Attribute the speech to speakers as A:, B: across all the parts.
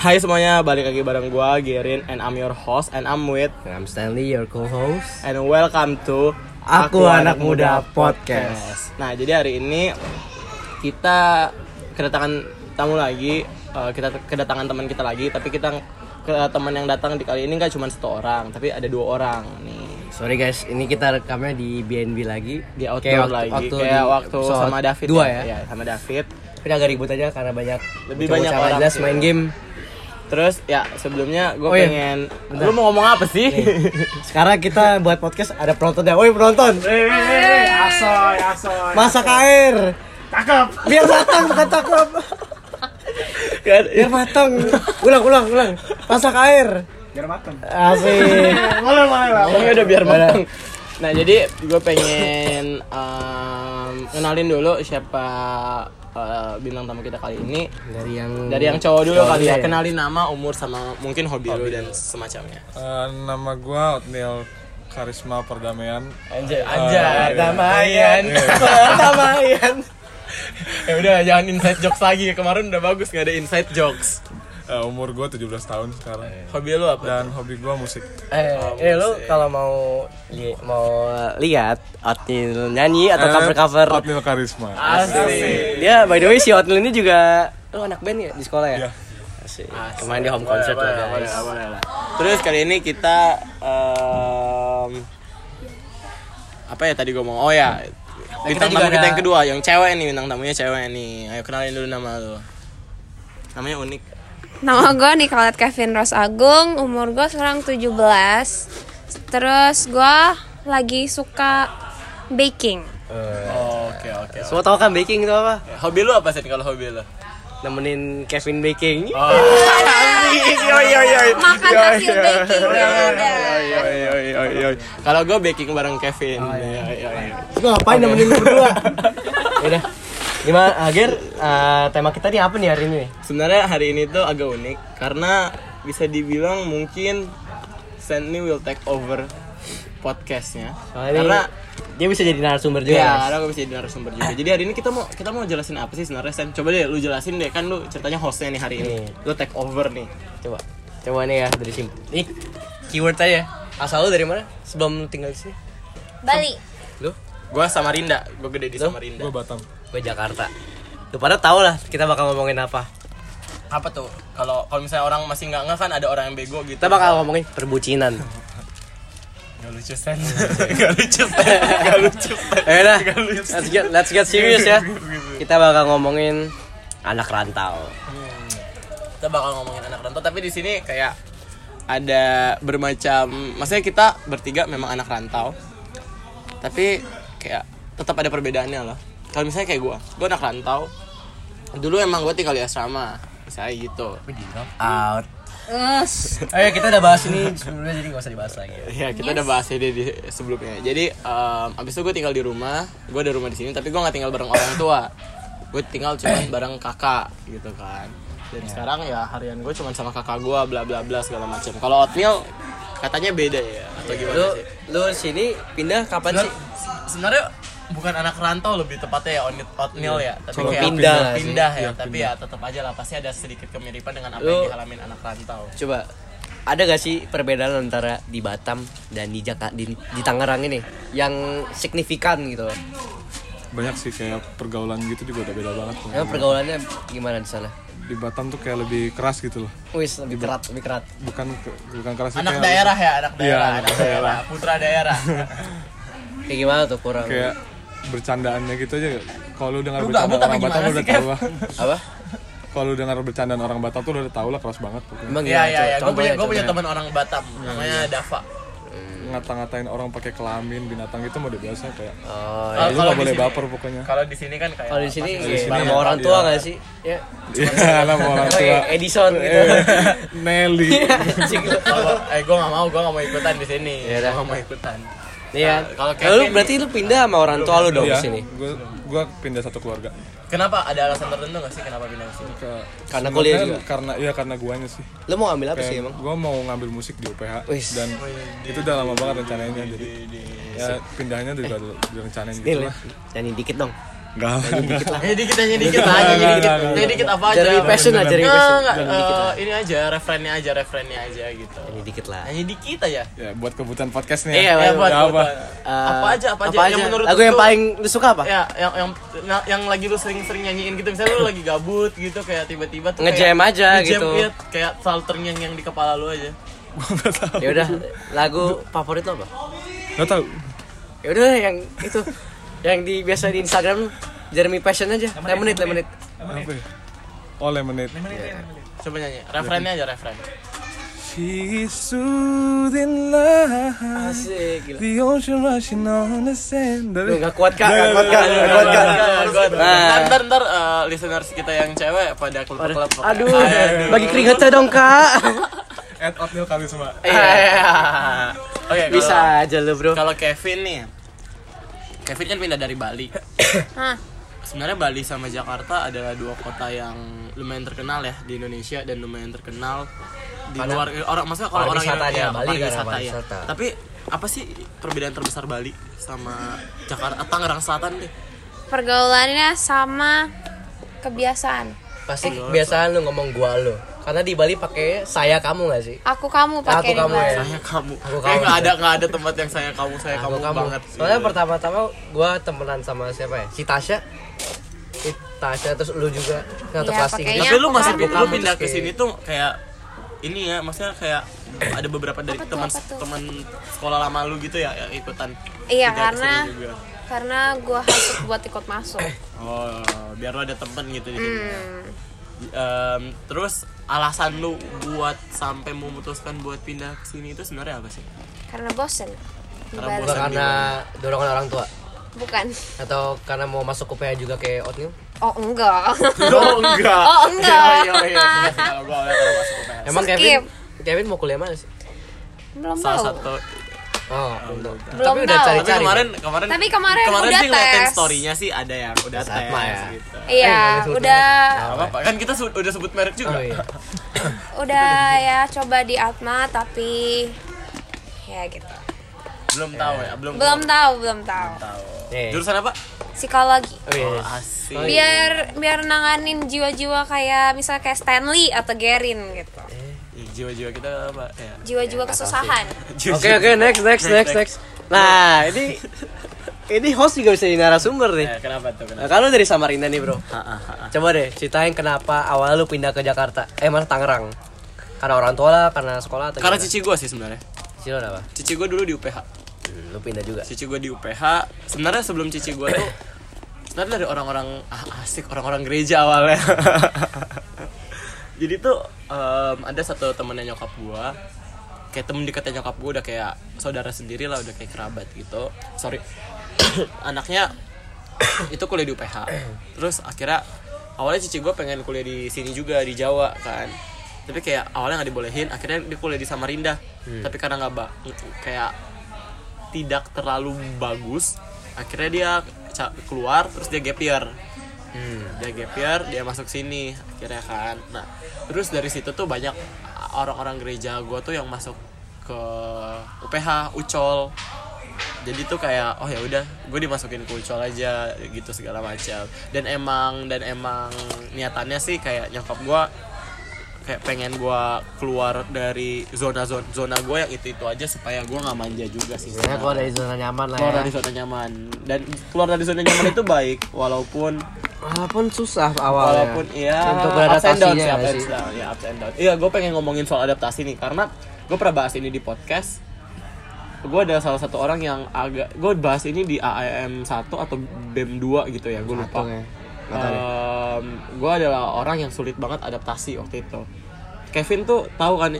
A: Hai semuanya, balik lagi bareng gua Gerin and I'm your host and I'm with
B: And I'm Stanley, your co-host.
A: and welcome to
B: Aku Anak Muda Podcast.
A: Nah, jadi hari ini kita kedatangan tamu lagi, eh, kita kedatangan teman kita lagi, tapi kita ke teman yang datang di kali ini nggak cuma satu orang, tapi ada dua orang nih.
B: Sorry guys, ini kita rekamnya di BNB lagi.
A: Di outdoor
B: Kayak waktu-
A: lagi,
B: waktu
A: kayak
B: di
A: waktu
B: episode
A: sama David
B: Dua ya.
A: Iya, sama David.
B: Tapi agak ribut aja karena banyak
A: Lebih
B: bocah-bocah
A: banyak
B: nggak
A: orang
B: jelas
A: sih.
B: main game.
A: Terus ya sebelumnya gue
B: Oh iya,
A: pengen, lu mau ngomong apa sih?
B: Sekarang kita buat podcast ada penontonnya. Woi penonton,
C: Hey, asoy, asoy.
B: masak air.
C: Cakep.
B: Biar matang bukan cakep.
A: Kan?
B: Biar matang. Ulang, ulang, ulang. Masak air.
C: Biar mateng.
B: Asik.
C: Boleh, boleh lah.
A: Pokoknya udah biar matang. Nah jadi gue pengen em, kenalin dulu siapa eh, bintang tamu kita kali ini.
B: Dari yang
A: Dari yang cowok dulu kali ya.
B: iya.
A: Kenalin nama, umur sama mungkin hobi, lu dan semacamnya.
D: Eh, nama gua Otniel Karisma Perdamaian.
A: Anjay,
D: anjay.
A: Perdamaian, perdamaian. ya udah jangan inside jokes lagi. Kemarin udah bagus nggak ada inside jokes.
D: Eh, umur gua 17 tahun sekarang.
A: Hobi lu apa?
D: Dan hobi gua musik.
B: Eh, eh lu kalau mau li- mau lihat Otil nyanyi
A: Iya,
B: atau cover cover
D: Eh, Otniel Karisma.
A: Ah. Asik.
B: dia by the way si Otil ini juga lu anak band ya di sekolah ya?
D: Iya.
B: Asik. Kemarin di home concert
A: Boleh,
B: lah
A: boleh,
B: guys.
A: boleh lah. Terus kali ini kita em, apa ya tadi gue mau oh ya bintang tamu
B: juga
A: kita
B: ada-
A: yang kedua yang cewek nih bintang tamunya cewek nih ayo kenalin dulu nama lu namanya unik
E: Nama gue Nicolette Kevin Ros Agung, umur gue sekarang 17 Terus gue lagi suka baking
A: oke oke
B: Semua tahu kan baking itu apa?
A: hobi lu apa sih kalau hobi lu
B: Nemenin Kevin baking.
A: Oh.
E: Makan hasil baking ya, beda.
A: kalau gue baking bareng Kevin
B: Oh,
A: Iya, iya, iya.
B: Lu ngapain nemenin lu berdua? Udah. Gimana Agar eh, tema kita nih apa nih hari ini? nih?
A: sebenarnya hari ini tuh agak unik karena bisa dibilang mungkin Stanley will take over podcastnya
B: Soalnya Nah, ini
A: karena
B: dia bisa jadi narasumber juga.
A: Ya,
B: guys.
A: karena gue bisa jadi narasumber juga. Jadi hari ini kita mau kita mau jelasin apa sih sebenarnya Sam? Coba deh lu jelasin deh kan lu ceritanya hostnya nih hari ini.
B: Nih.
A: Lu take over nih.
B: Coba. Coba nih ya dari sini. Nih keyword aja. Asal lu dari mana? Sebelum lu tinggal di sini?
E: Bali
B: Lu?
A: Gua Samarinda, gua gede di Samarinda.
D: Gua Batam.
B: Gue Jakarta. Lu pada tau lah kita bakal ngomongin apa.
A: Apa tuh? Kalau kalau misalnya orang masih nggak ngeh kan ada orang yang bego gitu.
B: Kita bakal ngomongin perbucinan.
A: Gak lucu Sen. Gak lucu Sen. Gak lucu Sen. Gitu,
B: Eh udah, let's get, let's get serious ya. Kita bakal ngomongin anak rantau.
A: Hmm. Kita bakal ngomongin anak rantau tapi di sini kayak ada bermacam maksudnya kita bertiga memang anak rantau. Tapi kayak tetap ada perbedaannya loh. Kalau misalnya kayak gua, gua anak rantau. Dulu emang gua tinggal di asrama. Misalnya gitu.
B: Out. Ayo Oh iya, kita udah bahas ini sebelumnya jadi gak usah dibahas lagi. ya.
A: Ya kita udah bahas ini di sebelumnya. Jadi em, abis itu gue tinggal di rumah, gue ada rumah di sini, tapi gue nggak tinggal bareng orang tua. Gue tinggal cuma bareng kakak gitu kan. Dan sekarang ya harian gue cuma sama kakak gue, bla bla bla segala macam. Kalau oatmeal katanya beda ya atau
B: Iya. Lu lu sini pindah kapan sih?
A: Sebenarnya bukan anak rantau lebih tepatnya ya oatmeal ya, tapi
B: Cuma
A: kayak
B: pindah lah sih. Iya,
A: pindah ya, tapi ya tetap aja lah pasti ada sedikit kemiripan dengan apa
B: Lu-
A: yang dialamin anak rantau.
B: Coba ada gak sih perbedaan antara di Batam dan di Jakarta di, di Tangerang ini yang signifikan gitu? loh?
D: Banyak sih kayak pergaulan gitu juga udah beda banget.
A: Iya,
B: Emang pergaulannya gimana di sana?
D: Di Batam tuh kayak lebih keras gitu loh.
B: Wis lebih kerat, lebih kerat.
D: Bukan ke- bukan keras sih,
A: Anak
D: kayak
A: daerah ya, anak
D: Iya,
A: daerah,
D: anak
A: anak daerah, putra daerah.
B: Kayak gimana tuh kurang?
D: kayak bercandaannya gitu aja. Kalau lu dengar
A: Lu gabut apa
D: bercandaan orang Batam
A: gimana
D: lu udah
A: sih,
D: tahu lah.
B: Apa?
D: Kalau lu dengar bercandaan orang Batam tuh lu udah tahu lah keras banget. pokoknya.
B: Emang
A: Iya
B: gimana?
A: iya iya, gue punya gue
B: Contohnya, Iya,
A: punya teman orang Batam namanya Dava.
D: Ngata-ngatain orang pakai kelamin binatang gitu mah udah biasa kayak.
B: Oh,
A: Kalau-
D: Eh, lu
A: kalau
D: nggak
A: di
D: boleh
A: sini-
D: baper pokoknya.
A: Kalau di sini kan kayak
B: kalau di sini
A: pasti-
B: iya,
D: sini
B: nama
D: ya,
B: orang
D: iya.
B: tua nggak sih? Ya.
D: Iya, nama orang
B: Oh,
D: tua.
B: Edison gitu.
D: Eh, Nelly.
B: Anjing lu.
A: Kalau- eh gue gak mau gue gak mau ikutan di sini.
B: Iya dah.
A: Gue gak mau ikutan.
B: Iya.
A: Kalau
B: Kalau
A: Kevin
B: lu berarti lu pindah sama orang tua lu dong
D: Iya,
B: ke sini.
D: Gua gua pindah satu keluarga.
A: Kenapa ada alasan tertentu gak sih kenapa pindah ke sini?
D: Ke-
B: Karena kuliah
D: sebenarnya
B: juga?
D: Karena iya karena guanya sih.
B: Lu mau ambil apa sih
D: Kayak
B: emang?
D: gua mau ngambil musik di UPH
B: Wis.
D: dan itu udah lama
B: Eh,
D: banget rencananya jadi ya pindahnya juga udah direncanain gitu
B: Nil,
D: lah.
B: nyanyi dikit dong.
D: Enggak, enggak.
A: Hanya dikit, hanya dikit,
D: Enggak,
A: hanya
D: enggak,
A: dikit,
D: enggak,
A: hanya dikit apa aja.
B: Jeremy Passion lah, Jeremy
A: Enggak,
B: Passion.
A: enggak,
B: Jangan
A: eh,
B: dikit lah.
A: ini aja, referennya aja, referennya aja gitu.
B: Ini dikit lah.
A: Hanya dikit aja.
D: Ya, buat kebutuhan podcastnya.
B: Iya,
A: Ya,
B: Apa,
A: buat,
D: apa?
A: buat, buat. apa aja, apa aja, yang menurut
B: lagu
A: lu
B: yang
A: tuh-
B: paling lu suka apa?
A: ya yang yang yang- yang lagi lu sering-sering nyanyiin gitu misalnya lu lagi gabut gitu kayak tiba-tiba tuh
B: Ngejam
A: kayak-
B: aja
A: ngejam,
B: gitu.
A: iya, kayak selalu terngiang yang di kepala lu aja
B: Ya udah, lagu favorit lo apa?
D: Enggak tahu.
B: Ya udah yang itu yang di biasa di Instagram Jeremy Passion aja. Lemonade, Lemonade.
D: Apa? ya? Oh, lemonade.
A: coba nyanyi referennya aja referen
D: She is soothing love.
B: Asik, gila.
D: The ocean rushing on the sand.
B: Lu
D: Dari
B: nggak kuat kak, nggak kuat kak, nggak kuat kak.
A: ntar ntar ntar eh, listeners kita yang cewek pada kelelep
B: Aduh, bagi keringetnya dong kak.
D: At Otnil Karisma.
A: Iya. oke bisa
B: Bisa aja lu bro.
A: kalau Kevin nih Kevin kan pindah dari Bali
E: Hah.
A: sebenarnya Bali sama Jakarta adalah dua kota yang lumayan terkenal ya di Indonesia dan lumayan terkenal di luar orang maksudnya kalau orang
B: pariwisata
A: Indonesia
B: dia, Bali karena
A: pariwisata ya.
B: pariwisata.
A: Tapi apa sih perbedaan terbesar Bali sama Jakarta Tangerang Selatan deh?
E: Pergaulannya sama kebiasaan.
B: Pasti biasaan lu ngomong gua lu. Karena di Bali pakai saya kamu nggak sih?
E: Aku kamu pakai
B: Aku kamu
E: dibilang.
B: ya.
A: Saya kamu.
B: Aku
A: Kayak
B: kamu.
A: nggak ada nggak ada tempat yang saya kamu saya kamu,
B: Aku kamu.
A: banget.
B: Soalnya pertama-tama gua temenan sama siapa ya? Si Tasya. Si Tasya terus lu juga. Nah,
E: Iya,
B: pasti.
E: pakainya
A: Tapi lu
E: aku
A: masih
E: kamu.
A: pindah, lu
B: Kamu
A: pindah ke
B: terus
A: sini tuh kayak ini ya, maksudnya kayak ada beberapa dari
E: Apa tuh,
A: teman
E: apa tuh?
A: teman sekolah lama lu gitu ya yang ikutan.
E: Iya
A: pindah ke
E: karena
A: sini juga.
E: karena gua hasut buat ikut masuk.
A: Oh, biar lo ada temen gitu di sini. Em, terus alasan lu buat sampai memutuskan buat pindah ke sini itu sebenarnya apa sih?
E: Karena bosen. Di
A: Karena
E: Bali.
B: Bukan karena dorongan orang tua
E: Bukan.
B: atau karena mau masuk UPH juga kayak Otnil.
E: Oh enggak.
A: Oh enggak.
E: Oh, enggak.
A: Iya, iya, iya. Kalau gua oleh kalau masuk UPS.
B: Emang
E: Skip.
B: Kevin Kevin mau kuliah mana sih?
E: Belum
A: Salah satu.
E: tahu.
B: Oh, belum.
E: Belum
B: Tapi udah
E: tahu.
A: Tapi
B: cari-cari.
A: kemarin kemarin
E: Tapi kemarin udah
A: sih ngeliatin
E: tes.
A: story-nya sih ada yang udah
B: Satma
A: tes
B: ya.
A: gitu.
E: Iya, udah
A: Gak apa-apa. Kan kita su- udah sebut merek juga.
B: Oh, iya.
E: udah ya coba di Atma tapi ya gitu.
A: Belum tahu ya, belum
E: Belum tahu, belum tahu.
A: tahu.
B: Iya.
A: Jurusan apa?
E: Psikologi.
B: Oh, iya.
A: Oh, asik.
E: Biar biar nanganin jiwa-jiwa kayak misal kayak Stanley atau Gerin gitu.
A: Ih, Jiwa-jiwa kita apa ya?
E: Jiwa-jiwa kesusahan.
A: Jiwa-jiwa-
B: Oke oke next next next next. Nah ini ini host juga bisa jadi narasumber nih.
A: Ya, kenapa tuh? Kenapa?
B: Nah, kan lu dari Samarinda nih bro. Coba deh ceritain kenapa awal lu pindah ke Jakarta. Eh mana Tangerang? Karena orang tua lah, karena sekolah atau
A: Karena
B: gimana?
A: cici gua sih sebenarnya.
B: Cici lu ada apa?
A: Cici gua dulu di UPH.
B: Hmm, Lu pindah juga.
A: cici gue di UPH sebenarnya sebelum cici gue tuh sebenarnya dari orang-orang ah, asik orang-orang gereja awalnya jadi tuh em, ada satu temennya nyokap gue kayak temen dekatnya nyokap gue udah kayak saudara sendiri lah udah kayak kerabat gitu sorry anaknya itu kuliah di UPH terus akhirnya awalnya cici gue pengen kuliah di sini juga di Jawa kan tapi kayak awalnya nggak dibolehin akhirnya dia kuliah di Samarinda tapi karena nggak ba- kayak tidak terlalu bagus akhirnya dia ca- keluar terus dia gap year dia gap year dia masuk sini akhirnya kan nah terus dari situ tuh banyak orang-orang gereja gue tuh yang masuk ke UPH Ucol jadi tuh kayak oh ya udah gue dimasukin ke Ucol aja gitu segala macam dan emang dan emang niatannya sih kayak nyokap gue kayak pengen gue keluar dari zona zona zona gue yang itu itu aja supaya gue nggak manja juga sih
B: Ya gua dari zona nyaman lah
A: keluar
B: ya.
A: dari zona nyaman dan keluar dari zona nyaman itu baik walaupun
B: Walaupun susah awalnya.
A: walaupun iya
B: Oh, ya. untuk
A: ups and downs
B: beradaptasinya
A: ya,
B: nggak
A: ups
B: sih.
A: and down, ya, ups and down. iya gue pengen ngomongin soal adaptasi nih karena gue pernah bahas ini di podcast gue ada salah satu orang yang agak gue bahas ini di AIM 1 atau BEM 2 gitu ya gue lupa
B: Satu ya.
A: gue adalah orang yang sulit banget adaptasi waktu itu Kevin tuh tahu kan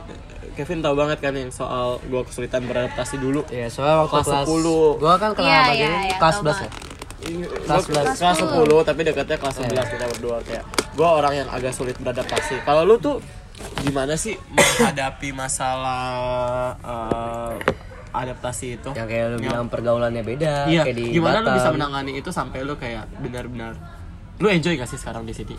A: Kevin tahu banget kan yang soal gue kesulitan beradaptasi dulu
B: Iya, soalnya waktu
A: Kelas
B: kelas,
A: 10.
B: Gua kan kelas
E: Iya,
B: yeah,
E: iya, iya,
B: kelas 11
E: tau
B: ya.
A: kelas
B: Kelas Iya.
A: 11 Iya, kelas 10 tapi dekatnya kelas 11 kita berdua kayak gue orang yang agak sulit beradaptasi kalau lu tuh gimana sih menghadapi masalah eh, adaptasi itu
B: Yang Ya, kayak lu bilang pergaulannya beda,
A: iya
B: kayak di
A: gimana lu
B: Batam.
A: bisa menangani itu sampai lu kayak benar-benar lu enjoy gak sih sekarang di sini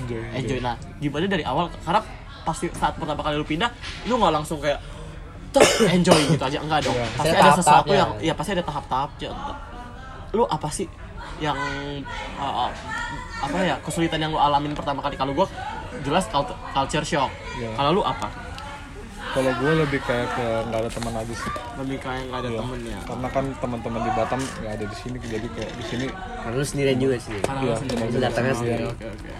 D: Enjoy.
A: enjoy nah gimana dari awal karena pasti saat pertama kali lu pindah lu nggak langsung kayak "Tuh, enjoy
D: Iya.
A: gitu aja enggak dong pasti
B: Saya
A: ada
B: tahap-tahapnya.
A: sesuatu yang ya pasti ada tahap-tahapnya lu apa sih yang uh, uh, apa ya kesulitan yang lu alamin pertama kali kalau gua jelas cult- culture shock
D: Iya.
A: kalau lu apa
D: Kalau gue lebih kayak ke nggak ada teman aja sih.
A: lebih kayak nggak ada
D: Iya.
A: temennya
D: Karena kan teman-teman di Batam nggak ada di sini, jadi kayak di sini
B: Karena lu sendirian juga sih.
A: karena
D: Iya,
A: lu sendiri
D: teman-teman
B: Datangnya
D: sendiri.
B: sendiri.
A: oke oke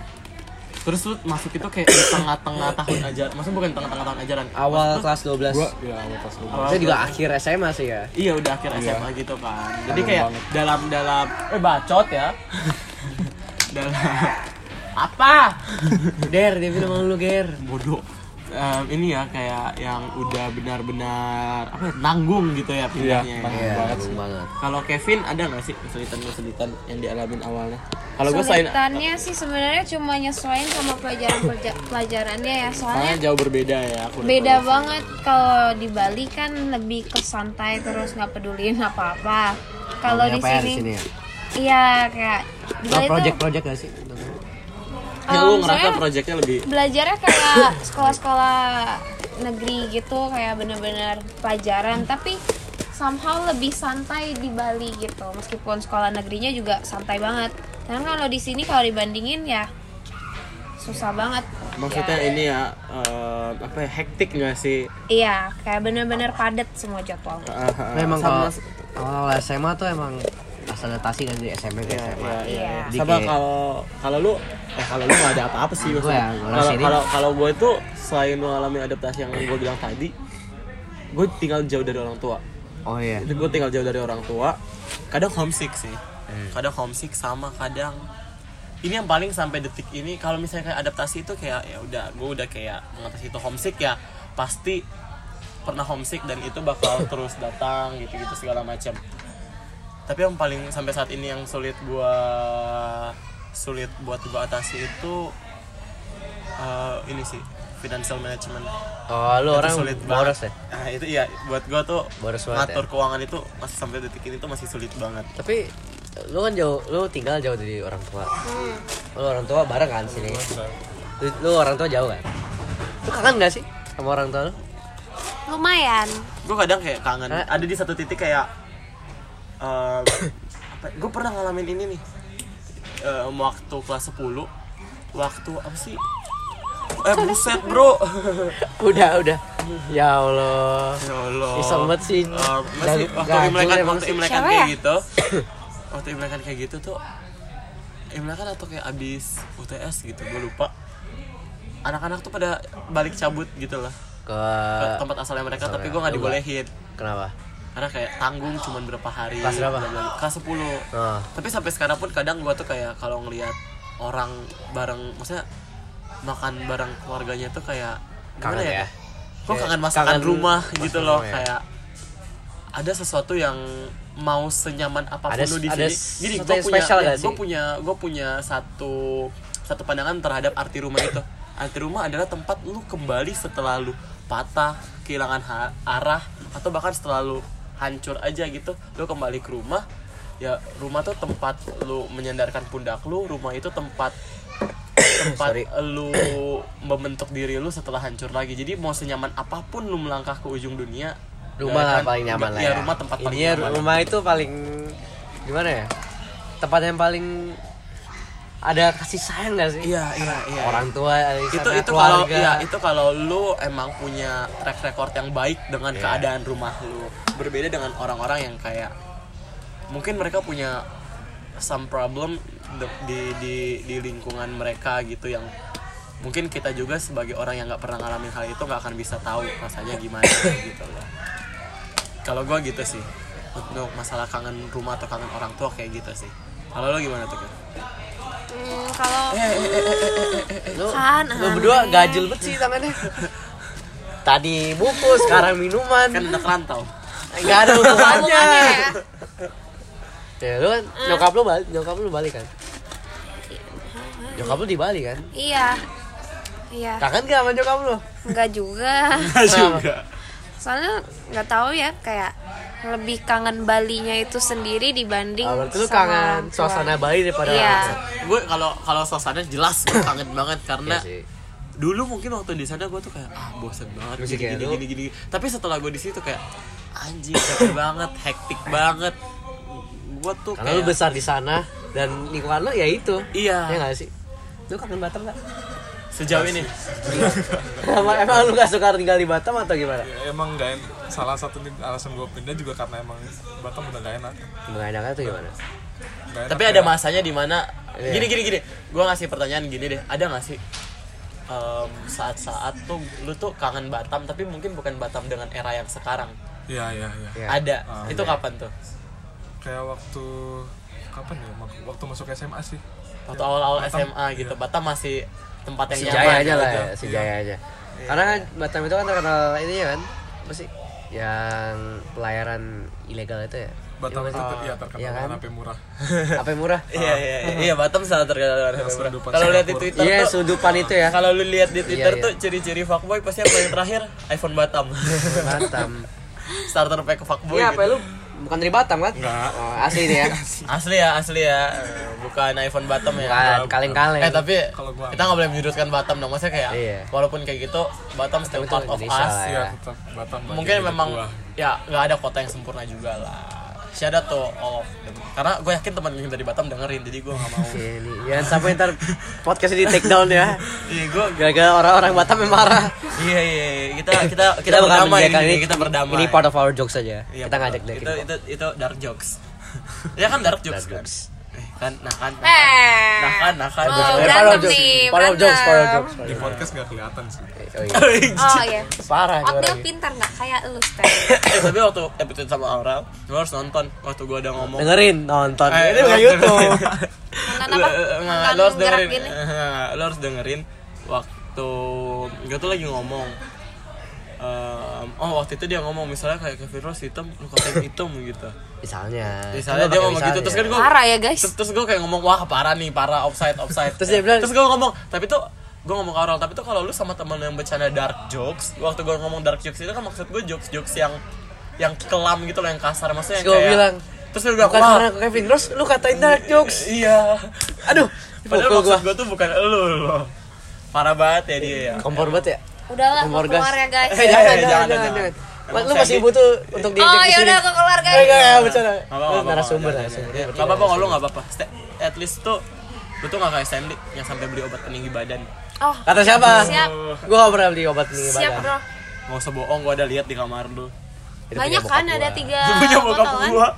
A: terus lu masuk itu kayak di tengah-tengah tahun ajaran maksudnya bukan tengah-tengah tahun ajaran
B: Awal kelas 12.
D: Gue ya awal kelas dulu.
A: Awal
B: Saya juga akhir SMA sih ya.
A: Iya udah akhir
D: Iya.
A: SMA gitu kan. Jadi
D: Kangen
A: kayak
D: banget.
A: dalam dalam eh bacot ya. dalam apa?
B: Der, dia bilang sama lu, Ger.
A: Bodoh. Em, ini ya kayak yang udah benar-benar apa ya, nanggung gitu ya pindahnya.
D: Iya,
A: ya.
D: kangen
B: Iya,
D: banget sih.
B: bingung banget.
A: Kalau Kevin ada nggak sih kesulitan-kesulitan yang dialamin awalnya? Kalau gue selain
E: Kesulitannya sih sebenarnya cuma nyesuaiin sama pelajaran pelja- pelajarannya ya soalnya
A: karena jauh berbeda ya. aku
E: beda
A: udah
E: banget kalau di Bali kan lebih ke santai terus nggak peduliin apa-apa kalau di
B: Namanya PR
E: sini
B: ya.
E: iya kayak di
B: Nah,
E: Bali tuh
B: project-project gak sih?
A: tahu. Ya, lu
E: em,
A: ngerasa
E: um, soalnya
A: proyeknya lebih
E: belajarnya kayak sekolah-sekolah negeri gitu kayak bener-bener pelajaran tapi somehow lebih santai di Bali gitu meskipun sekolah negerinya juga santai banget karena kalau di sini kalau dibandingin ya susah banget
A: maksudnya ini ya em, apa ya, hektik nggak sih?
E: iya kayak bener-bener padat semua jadwal
B: Memang
A: Sama-
B: kalau awal SMA tuh emang asal-asal kan dari SMA ke SMA.
A: Iya, iya.
E: Iya.
B: Jadi
A: Sama
B: kayak-
A: kalau kalau lu eh kalau lu nggak ada apa-apa sih
B: Gua
A: maksudnya.
B: ya, gua
A: Kalau
B: sini.
A: kalau kalau gue tuh selain mengalami adaptasi yang gue bilang tadi, gue tinggal jauh dari orang tua.
B: Oh iya.
A: Gue tinggal jauh dari orang tua. Kadang homesick sih. Kadang homesick sama kadang ini yang paling sampai detik ini kalau misalnya kayak adaptasi itu kayak ya udah gue udah kayak mengatasi itu homesick ya pasti pernah homesick dan itu bakal terus datang gitu-gitu segala macam tapi yang paling sampai saat ini yang sulit gua sulit buat gua atasi itu eh, ini sih financial management
B: Oh, lu orang
A: sulit banget.
B: boros ya?
A: Nah, itu iya buat gua tuh
B: Boros banget
A: ngatur
B: ya?
A: keuangan itu masih sampai detik ini tuh masih sulit banget
B: Tapi lu kan jauh, lu tinggal jauh dari orang tua. Lu orang tua bareng kan sini. Lu, lu orang tua jauh kan? Lu kangen gak sih sama orang tua lu?
E: lumayan
A: gue kadang kayak kangen
B: Eh.
A: ada di satu titik kayak eh gue pernah ngalamin ini nih Eh, waktu kelas 10 waktu apa sih eh buset bro
B: Udah, udah. Ya Allah.
A: ya Allah
B: Iseng banget sih.
A: Eh, masih
B: Dan-
A: waktu
B: gajul
A: imlekan
B: emang
A: waktu
B: sih.
A: imlekan
E: Siapa
A: kayak
E: ya?
A: gitu waktu imlekan kayak gitu tuh imlekan atau kayak abis UTS gitu gue lupa anak-anak tuh pada balik cabut gitu lah
B: Ke
A: ke tempat asalnya mereka
B: Eh, asalnya. Iya,
A: tapi gue nggak
B: Lu nggak?
A: dibolehin
B: kenapa?
A: karena kayak tanggung cuman berapa hari
B: Kelas berapa?
A: bla bla bla. kelas 10
B: Nah,
A: tapi sampai sekarang pun kadang gua tuh kayak kalau ngelihat orang bareng maksudnya makan bareng keluarganya tuh kayak gimana
B: Kangen
A: ya,
B: ya?
A: Gua
B: Kayak
A: kangen masakan
B: kangen
A: rumah
B: masakan
A: gitu loh
B: rumah ya.
A: kayak ada sesuatu yang mau senyaman apapun
B: Ada-
A: lu di
B: ada
A: sini gini
B: sesuatu
A: gue
B: yang
A: punya
B: spesial
A: ya,
B: gak
A: gua
B: sih?
A: punya gua punya satu satu pandangan terhadap arti rumah itu arti rumah adalah tempat lu kembali setelah lu patah kehilangan ha- arah atau bahkan setelah lu hancur aja gitu lu kembali ke rumah ya rumah tuh tempat lu menyandarkan pundak lu rumah itu tempat tempat lu membentuk diri lu setelah hancur lagi jadi mau senyaman apapun lu melangkah ke ujung dunia
B: rumah
A: ya
B: lah
A: kan?
B: paling nyaman lah
A: Iya,
B: ya.
A: rumah tempat paling
B: Ininya
A: nyaman
B: rumah itu paling gimana ya? Tempat yang paling ada kasih sayang gak sih?
A: iya iya iya
B: Orang tua ada di
A: itu
B: sana,
A: itu kalau
B: keluarga.
A: ya itu kalau lu emang punya track record yang baik dengan keadaan rumah lu berbeda dengan orang-orang yang kayak mungkin mereka punya some problem de- di di di lingkungan mereka gitu yang mungkin kita juga sebagai orang yang nggak pernah ngalamin hal itu nggak akan bisa tahu rasanya gimana gitu loh kalau gue gitu sih untuk masalah kangen rumah atau kangen orang tua kayak gitu sih kalau lo gimana tuh Kak?
E: Hmm, kalau
B: Lu,
E: Kan,
B: lu berdua gajul banget sih tangannya. Tadi buku, sekarang minuman.
A: kan anak rantau
B: Enggak ada hubungannya.
E: hubungannya ya.
B: Ya lu kan nyokap lu balik, nyokap lu balik kan? Nyokap lu di Bali kan?
E: iya iya
B: Kangen gak sama nyokap lu?
E: nggak juga
A: juga
E: soalnya nggak tahu ya kayak lebih kangen Balinya itu sendiri dibanding
B: Ah, berarti lu
E: sama
B: kangen
E: keluarga.
B: suasana Bali daripada
E: Iya.
B: orang tua.
A: gue kalau kalau suasana jelas gue kangen banget karena
B: Iya sih.
A: dulu mungkin waktu di sana gue tuh kayak ah bosen banget
B: Musik
A: gini,
B: ya,
A: gini,
B: lu?
A: gini gini tapi setelah gue di situ kayak anjing capek banget hektik banget gua tuh
B: Karena lu
A: kayak
B: besar di sana dan lingkungan lu ya itu.
A: Iya.
B: Ya nggak sih? Lu kangen Batam nggak?
A: sejauh ini
B: Iya. Emang, emang lu nggak suka tinggal di Batam atau gimana?
D: Ya, emang gak en- salah satu di- alasan gue pindah juga karena emang Batam udah gak enak.
B: Mengenaknya tuh gimana?
D: Nggak enak,
A: tapi ada
D: ya.
A: masanya di mana
B: Iya.
A: gini gini gini gue ngasih pertanyaan gini deh ada nggak sih em, saat-saat tuh lu tuh kangen Batam tapi mungkin bukan Batam dengan era yang sekarang
D: Iya iya iya.
B: Iya.
A: ada itu kapan tuh
D: Kayak waktu kapan ya? Mak- Waktu masuk SMA sih.
A: waktu awal-awal
D: Batam,
A: SMA gitu Batam masih tempat yang nyaman
B: Sejaya aja lah
A: gitu.
B: ya, sejaya aja. Karena kan Batam itu kan terkenal ini ya kan, apa sih? Yang pelayaran ilegal itu ya.
D: Batam
B: Iya,
D: itu
B: apa
D: ter- ya terkenal
B: Iya kan?
D: dengan HP murah.
B: sih? Apa yang murah?
A: Iya iya iya.
B: Oh.
A: iya Batam sangat terkenal dengan
D: Yang
A: Hanura.
D: sundupan
A: Kalau lihat di
D: Singapura.
A: Twitter
B: Iya,
A: tuh
B: sundupan itu ya.
A: kalau lu lihat di Twitter
B: iya.
A: tuh ciri-ciri fuckboy pasti apa yang terakhir iPhone Batam.
B: Batam.
A: Starter pack fuckboy.
B: Ini Iya, apa ya,
A: gitu.
B: lu? Bukan dari Batam kan?
D: Enggak.
B: Oh, asli ini ya.
A: Asli ya, asli ya. Eh, Bukan iPhone Batam ya.
B: Bukan kaleng-kaleng.
A: Eh tapi
D: Kalau gua-
A: kita nggak boleh menjuruskan Batam dong. Maksudnya kayak
B: Iya.
A: walaupun kayak gitu Batam still
B: Tapi
A: part
B: itu
A: of
B: Indonesia
A: us.
B: lah ya.
D: Iya, tetap Batam bagian
A: Mungkin
D: hidup
A: memang
D: gua.
A: ya nggak ada kota yang sempurna juga lah. Siapa tuh all of them. Karena gue yakin teman yang dari Batam dengerin jadi gue nggak mau.
B: Oke, ini. Jangan sampai ntar podcast ini take down ya.
A: Iya gue
B: Gara-gara orang-orang Batam yang marah.
A: Iya iya iya. kita kita kita,
B: bukan
A: berdamai
B: menjelekkan
A: ini, kita berdamai.
B: Ini part of our jokes saja.
A: Iya,
B: kita ngajak dia gitu.
A: itu,
B: kita.
A: itu itu dark jokes. ya kan dark jokes. kan?
B: Dark jokes.
A: Eh, kan nah kan. Nah kan.
E: Eh.
A: Nah kan, nah kan.
E: Oh,
B: Eh,
E: berantem
B: jokes,
E: nih,
B: part of jokes, part of
E: berantem.
B: jokes. part
D: Di
B: of jokes.
D: podcast nggak kelihatan sih.
B: Oh iya,
E: Oh iya.
B: parah gue
E: Opil
B: orang ini.
E: pintar nggak kayak lu Stan.
A: Eh, tapi waktu episode sama Aura, lu harus nonton waktu gua ada ngomong.
B: Dengerin, nonton.
A: Eh,
B: Ini bukan
A: lu-
B: YouTube.
E: Nonton
A: Lu-
E: apa?
A: eh, nggak, lu
E: Nonton
A: harus
E: gerak
A: dengerin.
E: gini.
A: Eh, Lu harus dengerin waktu gua tuh lagi ngomong. Em, oh waktu itu dia ngomong misalnya kayak Kevin Rose hitam, lu katain hitam gitu.
B: Misalnya.
A: Misalnya
B: Lu
A: dia
B: Nah, pakai
A: ngomong gitu,
B: misalnya.
A: terus kan gua
E: Parah ya guys.
A: terus, terus gue kayak ngomong wah parah nih parah offside offside
B: Terus dia bilang-
A: terus gue ngomong tapi tuh gue ngomong ke Aurel tapi tuh kalau lu sama teman yang bercanda dark jokes waktu gue ngomong dark jokes itu kan maksud gue jokes jokes yang yang kelam gitu loh yang kasar maksudnya yang
B: Terus gua
A: kayak-
B: bilang,
A: terus dia bilang
B: Bukan
A: wah
B: karena aku Kevin Rose, lu katain dark jokes.
A: iya
B: Aduh,
A: padahal
B: pukul
A: maksud
B: gua.
A: gue tuh bukan elu loh parah banget ya dia ya
B: Kompor banget ya.
E: Udahlah,
B: Kompor
E: gua
B: gas.
E: keluar ya guys.
B: Eh,
A: Eh,
B: jangan, jangan,
A: jangan,
B: jangan,
A: jangan.
B: jangan.
A: Emang
B: Lu masih
A: saya-
B: butuh untuk diajak di
E: Oh ya
B: sini.
E: udah aku keluar
B: Enggak,
E: guys.
B: enggak,
A: Gak apa-apa,
B: bercanda. Lu
A: gak apa-apa,
B: narasumber,
A: jangan,
B: narasumber. Iya,
A: jangan. Gak apa-apa kalau lu gak apa-apa Sta- At least tuh Lu tuh gak kayak Stanley Yang sampai beli obat peninggi badan
E: Oh,
B: Kata siapa?
E: Siap.
B: Gua gak pernah beli obat nih
E: siap bro.
A: Gak usah bohong, gua ada lihat di kamar lu
E: Banyak kan ada tiga
A: Lu punya bokap
E: botol kan?
A: gua.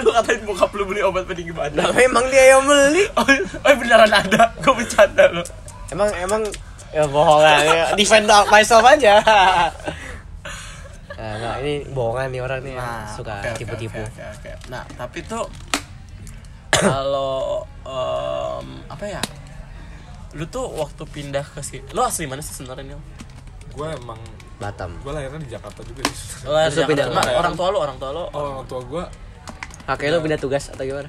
A: lu katain bokap lu beli obat peninggi badan.
B: Nah, emang dia yang beli.
A: Oh, oh, beneran ada. Gua bercanda lu.
B: Emang emang ya bohong lah. Ya, Defend myself aja. Nah, nah, ini bohongan nih orang nih Ah, suka
A: oke, oke,
B: tipu-tipu.
A: oke, oke, oke. Nah, tapi tuh kalau em, apa ya? Lu tuh waktu pindah ke sini, lu asli mana sih sebenarnya? Nil?
D: Gue emang
B: Batam.
D: gue lahirnya di Jakarta juga sih.
A: Lu asli
B: Terus lu
A: Jakarta,
B: pindah
A: Mak.
B: kemana?
A: orang tua lu, orang tua lu.
D: Oh, orang tua gue
B: Kakek lu pindah tugas atau gimana?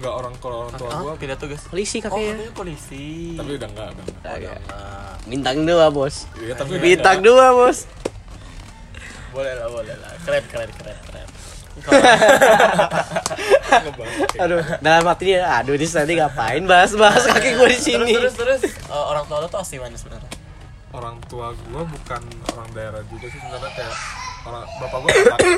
D: nggak orang kalau orang tua
A: Ah,
D: gue
A: pindah tugas.
B: Polisi
A: Oh,
B: kakeknya.
A: katanya polisi.
D: tapi udah nggak udah nggak.
B: Kagak. Bintang dua bos.
D: Iya tapi udah
B: Bintang dua bos.
A: Boleh lah, boleh lah. Keren, keren, keren, keren.
B: Aduh, dalam hati dia, aduh ini tadi ngapain bahas-bahas kaki gue di sini.
A: Terus, terus, terus eh, orang tua lu tuh asli mana sebenarnya?
D: orang tua gue bukan orang daerah juga sih sebenarnya kayak orang bapak gue Manado,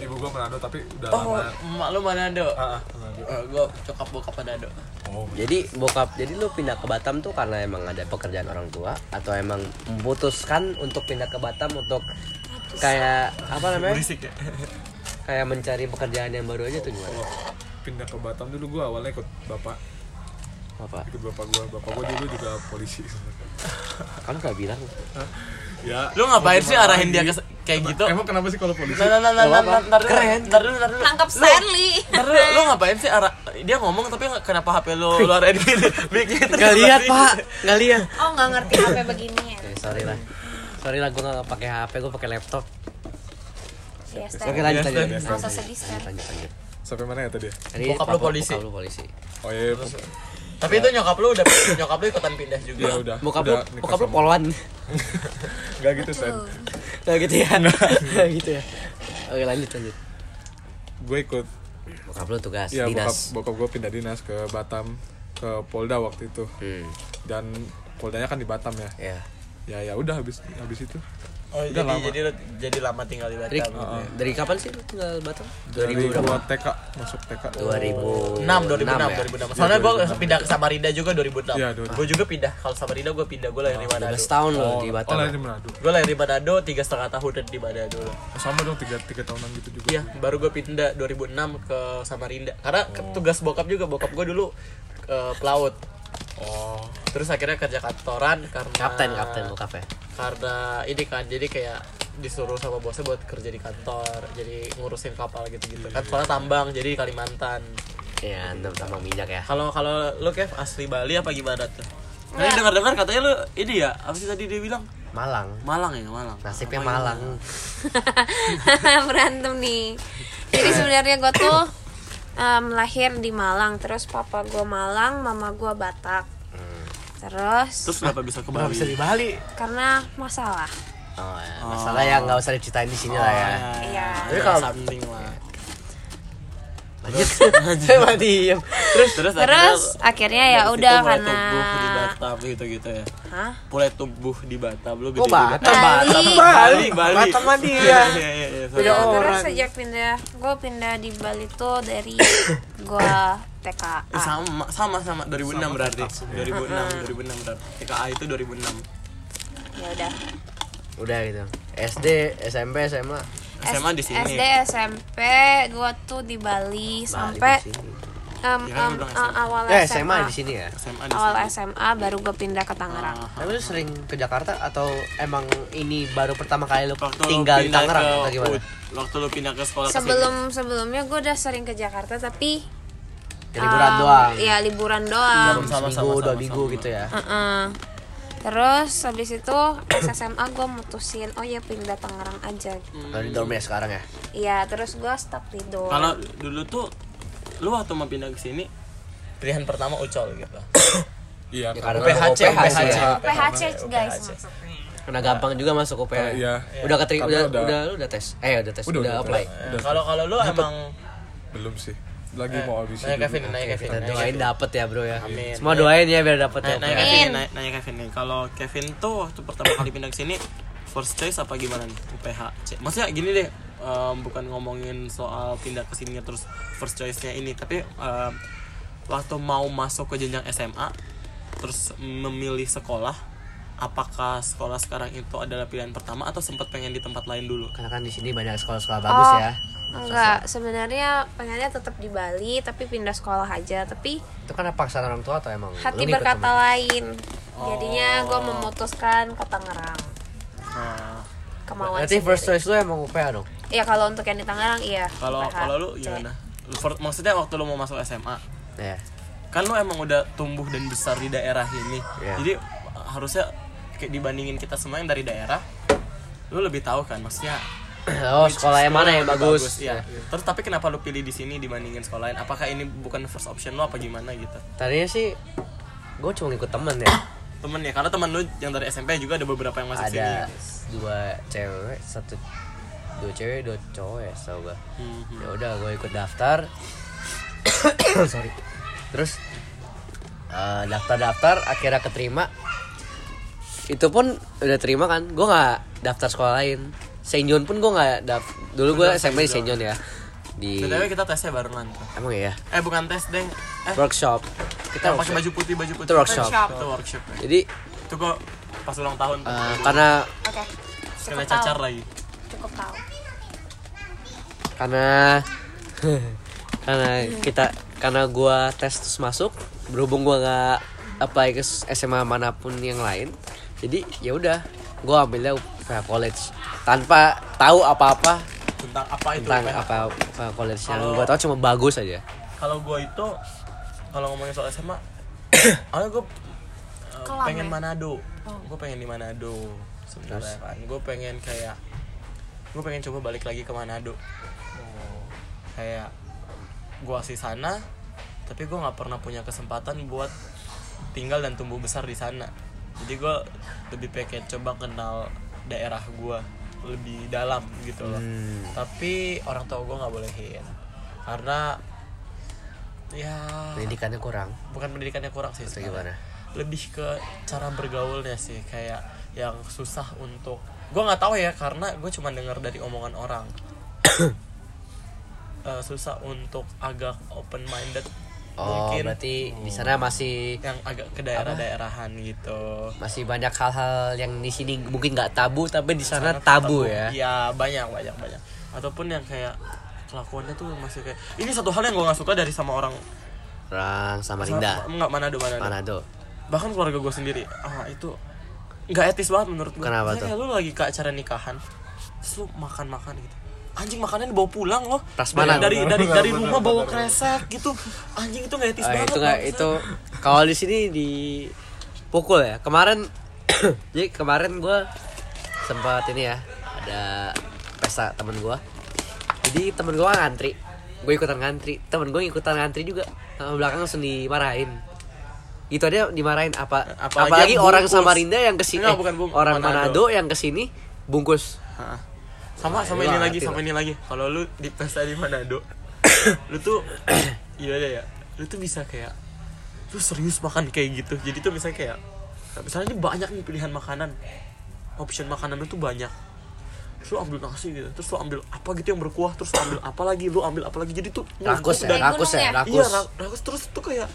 D: ibu gue Manado tapi udah
A: Oh,
D: lama.
A: emak lu Manado.
D: Ah, ah, Manado.
A: gue cokap bokap Manado.
D: Oh,
B: Jadi bokap, jadi lu pindah ke Batam tuh karena emang ada pekerjaan orang tua atau emang memutuskan untuk pindah ke Batam untuk kayak apa namanya?
A: ya.
B: Kayak mencari pekerjaan yang baru aja tuh gimana?
D: pindah ke Batam dulu gue awalnya ikut bapak
B: Apa?
D: ikut bapak gue bapak gue dulu juga polisi sebenarnya.
B: Kan gak bilang.
D: ya
A: Lu ngapain sih arahin dia ke- kayak gitu?
D: emang kenapa sih kalau polisi
A: Nah, nah, nah, nah, nah, nah, ntar dulu,
B: Keren.
A: ntar dulu, ntar dulu.
E: Tangkap
A: Lu-
E: Stanley.
A: Ntar dulu, lu ngapain sih arah dia ngomong tapi nggak- kenapa HP lu luar edit bikin
B: Gak lihat pak, gak lihat.
E: Oh nggak ngerti HP begini ya.
B: Eh, sorry lah, sorry lah gue gak pakai HP, gue pakai laptop.
E: Iya Stan.
B: Oke lanjut lanjut.
E: Nggak usah sedih Stan.
B: Lanjut lanjut.
D: sampai mana ya tadi ya?
B: Jadi,
A: Bokap lu
B: papa-
A: polisi.
B: Bokap lu polisi.
D: oh iya
A: Tapi itu nyokap lu udah nyokap lu ikutan pindah juga.
D: dia iya, udah
B: Bokap lu,
D: udah nikah
B: bokap lu
D: sama-
B: polwan.
D: nggak gitu sen
B: Gak gitu ya? Gak gitu ya? Oke lanjut lanjut
D: gue ikut
B: Iya, Bokap lu tugas,
D: ya bokap
B: dinas
D: bokap gue pindah dinas ke Batam ke Polda waktu itu
B: Hmm,
D: dan Poldanya kan di Batam ya
B: ya
D: ya ya udah habis habis itu
A: Oh,
D: Udah
A: jadi
D: lama.
A: jadi lu jadi lama tinggal di Batam.
B: dari, uh-uh.
A: gitu ya.
B: dari kapan sih lu tinggal Batam?
D: dari
B: 2000 berapa?
D: gua TK masuk Oh, TK
A: 6
B: 2006 ya? Iya,
A: 2006 2006. Soalnya gue
D: 2006.
A: pindah ke Samarinda juga 2006.
D: Iya,
A: Iya,
D: 2006.
A: Gue juga pindah. Kalau Samarinda gue pindah gue lahir di Manado.
B: 12 tahun loh di Batam. ya.
D: oh lahir di Manado
A: Gue lahir di Manado tiga setengah tahun di Manado.
D: Oh, sama dong tiga tiga tahunan gitu juga
A: Iya, baru gue pindah 2006 ke Samarinda. Karena ke- tugas bokap juga bokap gue dulu eh, pelaut.
D: oh
A: Terus akhirnya kerja kantoran karena
B: Kapten, kapten bokap ya.
A: karena ini kan jadi kayak disuruh sama bosnya buat kerja di kantor jadi ngurusin kapal gitu-gitu kan soalnya tambang jadi di Kalimantan
B: Iya, antum tambang minyak ya.
A: kalau kalau lu Kev asli Bali apa gimana tuh Tadi dengar-dengar katanya lu ini ya apa sih tadi dia bilang
B: Malang.
A: Malang ya Malang
B: Nasibnya Malang.
E: berantem nih jadi sebenarnya gue tuh em, lahir di Malang terus papa gue Malang mama gue Batak terus
A: terus kenapa bisa ke
B: Nggak
A: Bali
B: bisa di Bali.
E: karena masalah
B: Oh, ya. Masalah yang nggak usah diceritain di sini lah ya.
E: Iya.
A: Tapi kalau something lah.
B: Lanjut. Coba diem.
A: Terus terus,
E: terus akhirnya ya
A: dari situ
E: udah
A: Oh, mulai
E: karena
A: tumbuh di Batam gitu-gitu ya.
E: Hah?
A: Mulai tumbuh di Batam lu
B: Oh,
A: gede-gede.
B: Batam,
E: Bali.
B: Batam.
A: Bali, Bali.
B: Batam mah dia.
A: Iya, iya, iya, iya, sorry.
E: Iya, terus sejak pindah gue pindah di Bali tuh dari gue TKA
A: Eh, sama sama sama 2006 berarti 2006 2006 berarti TKA itu 2006
E: ya udah
B: Udah gitu. SD, SMP, SMA.
E: Oh,
A: SMA di
E: S-
A: sini
E: SD SMP gue tuh di Bali, sampai
B: di sini.
E: em,
A: Ya kan lu
E: em,
A: bilang
E: em, awal
B: Ya,
E: SMA,
B: SMA di sini ya.
A: SMA Ah, di
E: awal
A: sini Ah,
E: SMA baru gue pindah ke Tangerang
B: Tapi lu sering ke Jakarta atau emang ini baru pertama kali lu
A: waktu lu
B: tinggal di
A: pindah
B: Tangerang
A: ke
B: atau gimana?
A: Ut- waktu lu pindah ke sekolah ke sini,
E: sebelum sebelumnya gue udah sering ke Jakarta tapi
B: Ya, liburan
E: em,
B: doang.
E: ya liburan
A: Sama,
E: doang
A: sama,
B: Seminggu,
A: sama,
B: dua
A: sama,
B: minggu
A: sama.
B: gitu ya.
E: Heeh. terus habis itu pas SMA gue mutusin oh ya pindah Tangerang aja
A: Hmm.
B: Dari dorm ya sekarang ya.
E: Iya, terus gue stuck di dorm.
A: kalau dulu tuh lu waktu mau pindah ke sini pilihan pertama ucol gitu
B: Ya,
D: iya karena
B: karena UPH,
A: PHC.
B: sih ya.
E: PHC guys maksudnya.
B: Karena gampang juga masuk UPH.
D: Iya.
B: Udah keteri udah,
D: Karena
B: udah
D: udah-
B: lu udah tes. Eh, udah tes. Udah,
D: Udah, udah,
B: apply.
A: Nah, kalau kalau lu emang
D: belum sih
F: Eh,
D: lagi mau habis
A: nanya Kevin nanya Kevin
B: Kita
A: nanya
B: doain
A: Kevin.
B: dapet ya, Bro ya.
A: Amin.
B: Semua doain ya biar dapet ya.
A: Nanya- nanya
B: UPH.
A: Kevin
E: Amin.
A: nanya- nanya Kevin nih kalau Kevin tuh waktu pertama kali pindah ke sini first choice apa gimana nih UPH C maksudnya gini deh em, bukan ngomongin soal pindah ke sini terus first choice nya ini tapi em, waktu mau masuk ke jenjang SMA terus memilih sekolah apakah sekolah sekarang itu adalah pilihan pertama atau sempat pengen di tempat lain dulu
B: Karena kan di sini banyak sekolah-sekolah bagus
E: Oh,
B: ya.
E: Enggak, sebenarnya pengennya tetap di Bali tapi pindah sekolah aja, tapi
B: Itu kan paksaan orang tua atau emang
E: hati
B: lu ngikut
E: berkata
B: sama-
E: lain. Oh. Jadinya gue memutuskan ke Tangerang.
A: Nah,
E: Kemauan
B: Berarti
E: sendiri.
B: first choice lu emang UPH dong.
E: Ya kalau untuk yang di Tangerang iya.
A: kalau
E: PH.
A: kalau lu gimana Lu fir- maksudnya waktu lu mau masuk SMA
B: Ya.
A: kan lo emang udah tumbuh dan besar di daerah ini
B: Iya.
A: jadi harusnya kayak dibandingin kita semua yang dari daerah lo lebih tahu kan maksudnya
B: Oh, sekolah yang mana yang
A: lebih
B: bagus?
A: iya. terus tapi kenapa lo pilih di sini dibandingin sekolah lain apakah ini bukan first option lo apa gimana gitu
B: Tadinya sih gue cuma ngikut temen ya.
A: temen ya karena temen lo yang dari SMP juga ada beberapa yang masuk sini
B: Ada dua cewek, satu dua cewek, dua cowok ya, tau gue.
A: Mhm.
B: Ya udah, gue ikut daftar. Sorry. Terus eh, daftar-daftar, akhirnya keterima. Itu pun udah terima kan? Gue nggak daftar sekolah lain. Saint John pun gue nggak daftar. Dulu gue SMP di Saint John ya. Di
A: btw kita tesnya barengan tuh.
B: emang ya
A: eh bukan tes deng eh
B: workshop.
A: kita
B: Kita
A: pakai
B: workshop.
A: baju putih baju putih
B: Itu workshop.
A: itu workshop ya.
B: Jadi
A: itu kok pas ulang tahun tuh.
B: eh, karena
E: Oke.
A: kena
E: Cukup
A: cacar
E: tahu.
A: lagi
E: Cukup tahu.
B: karena karena kita karena gua tes terus masuk berhubung gua nggak apply ke SMA manapun yang lain jadi ya udah gua ambilnya UPH College tanpa tahu apa-apa
A: tentang apa itu
B: tentang
A: UPH?
B: apa UPH College yang
A: Kalau-
B: gua tahu cuma bagus aja
A: kalau gue itu kalau ngomongin soal SMA awalnya gue
E: Kelam
A: Eh, pengen
E: ya?
A: Manado gue pengen di Manado sebenarnya kan gue pengen kayak gue pengen coba balik lagi ke Manado kayak gue asli sana tapi gue nggak pernah punya kesempatan buat tinggal dan tumbuh besar di sana jadi gue lebih pengen coba kenal daerah gue lebih dalam gitu loh tapi orang tua gue nggak bolehin karena ya
B: pendidikannya kurang
A: bukan pendidikannya kurang sih
B: atau
A: sebenarnya.
B: gimana
A: lebih ke cara bergaulnya sih kayak
F: yang susah untuk gue nggak tahu ya karena gue cuma dengar dari omongan orang Eh, susah untuk agak open minded
B: Oh,
F: mungkin
B: berarti di sana masih
F: yang agak ke daerah-daerahan gitu
B: masih banyak hal-hal yang di sini mungkin nggak tabu tapi di sana
F: Sangat
B: tabu ya.
F: Iya banyak banyak banyak. Ataupun yang kayak kelakuannya tuh masih kayak ini satu hal yang gue nggak suka dari sama orang
B: Orang Samarinda,
F: nggak Manado Manado.
B: Manado.
F: Bahkan keluarga gue sendiri ah itu nggak etis banget menurut gue.
B: Kenapa tuh?
F: Kayak lu lagi ke acara nikahan, terus lu makan makan gitu. Anjing makanannya dibawa pulang loh.
B: Prasmanan.
F: Dari dari dari,
D: Benar,
F: dari
D: benar,
F: rumah
D: benar,
F: bawa
D: benar.
F: kresek gitu. Anjing itu nggak etis
B: Ah,
F: banget.
B: itu nggak
F: bangsa.
B: itu kalau di sini di pukul ya kemarin jadi kemarin gue sempat ini ya ada pesta temen gue jadi temen gue ngantri gue ikutan ngantri temen gue ikutan ngantri juga sama belakang langsung dimarahin itu aja dimarahin apa
F: Apalagi
B: apalagi,
F: yang
B: orang
F: Eh, bungkus.
B: Samarinda yang kesini
F: Enggak,
B: eh,
F: bukan bungkus,
B: orang
F: Manado.
B: Manado yang kesini bungkus
F: Hah. sama
B: Wah,
F: sama ini
B: gua
F: lagi
B: ngerti
F: sama
B: lah.
F: ini lagi kalau lu di pesta di Manado lu tuh iya deh ya lu tuh bisa kayak lu serius makan kayak gitu jadi tuh misalnya kayak misalnya ini banyak nih pilihan makanan option makanan lu tuh banyak terus lu ambil nasi gitu terus lu ambil apa gitu yang berkuah terus lu ambil apa lagi lu ambil apa lagi jadi tuh
B: rakus ya
F: dan-
B: rakus ya
E: Iya,
B: rakus
F: iya ra- rakus terus tuh kayak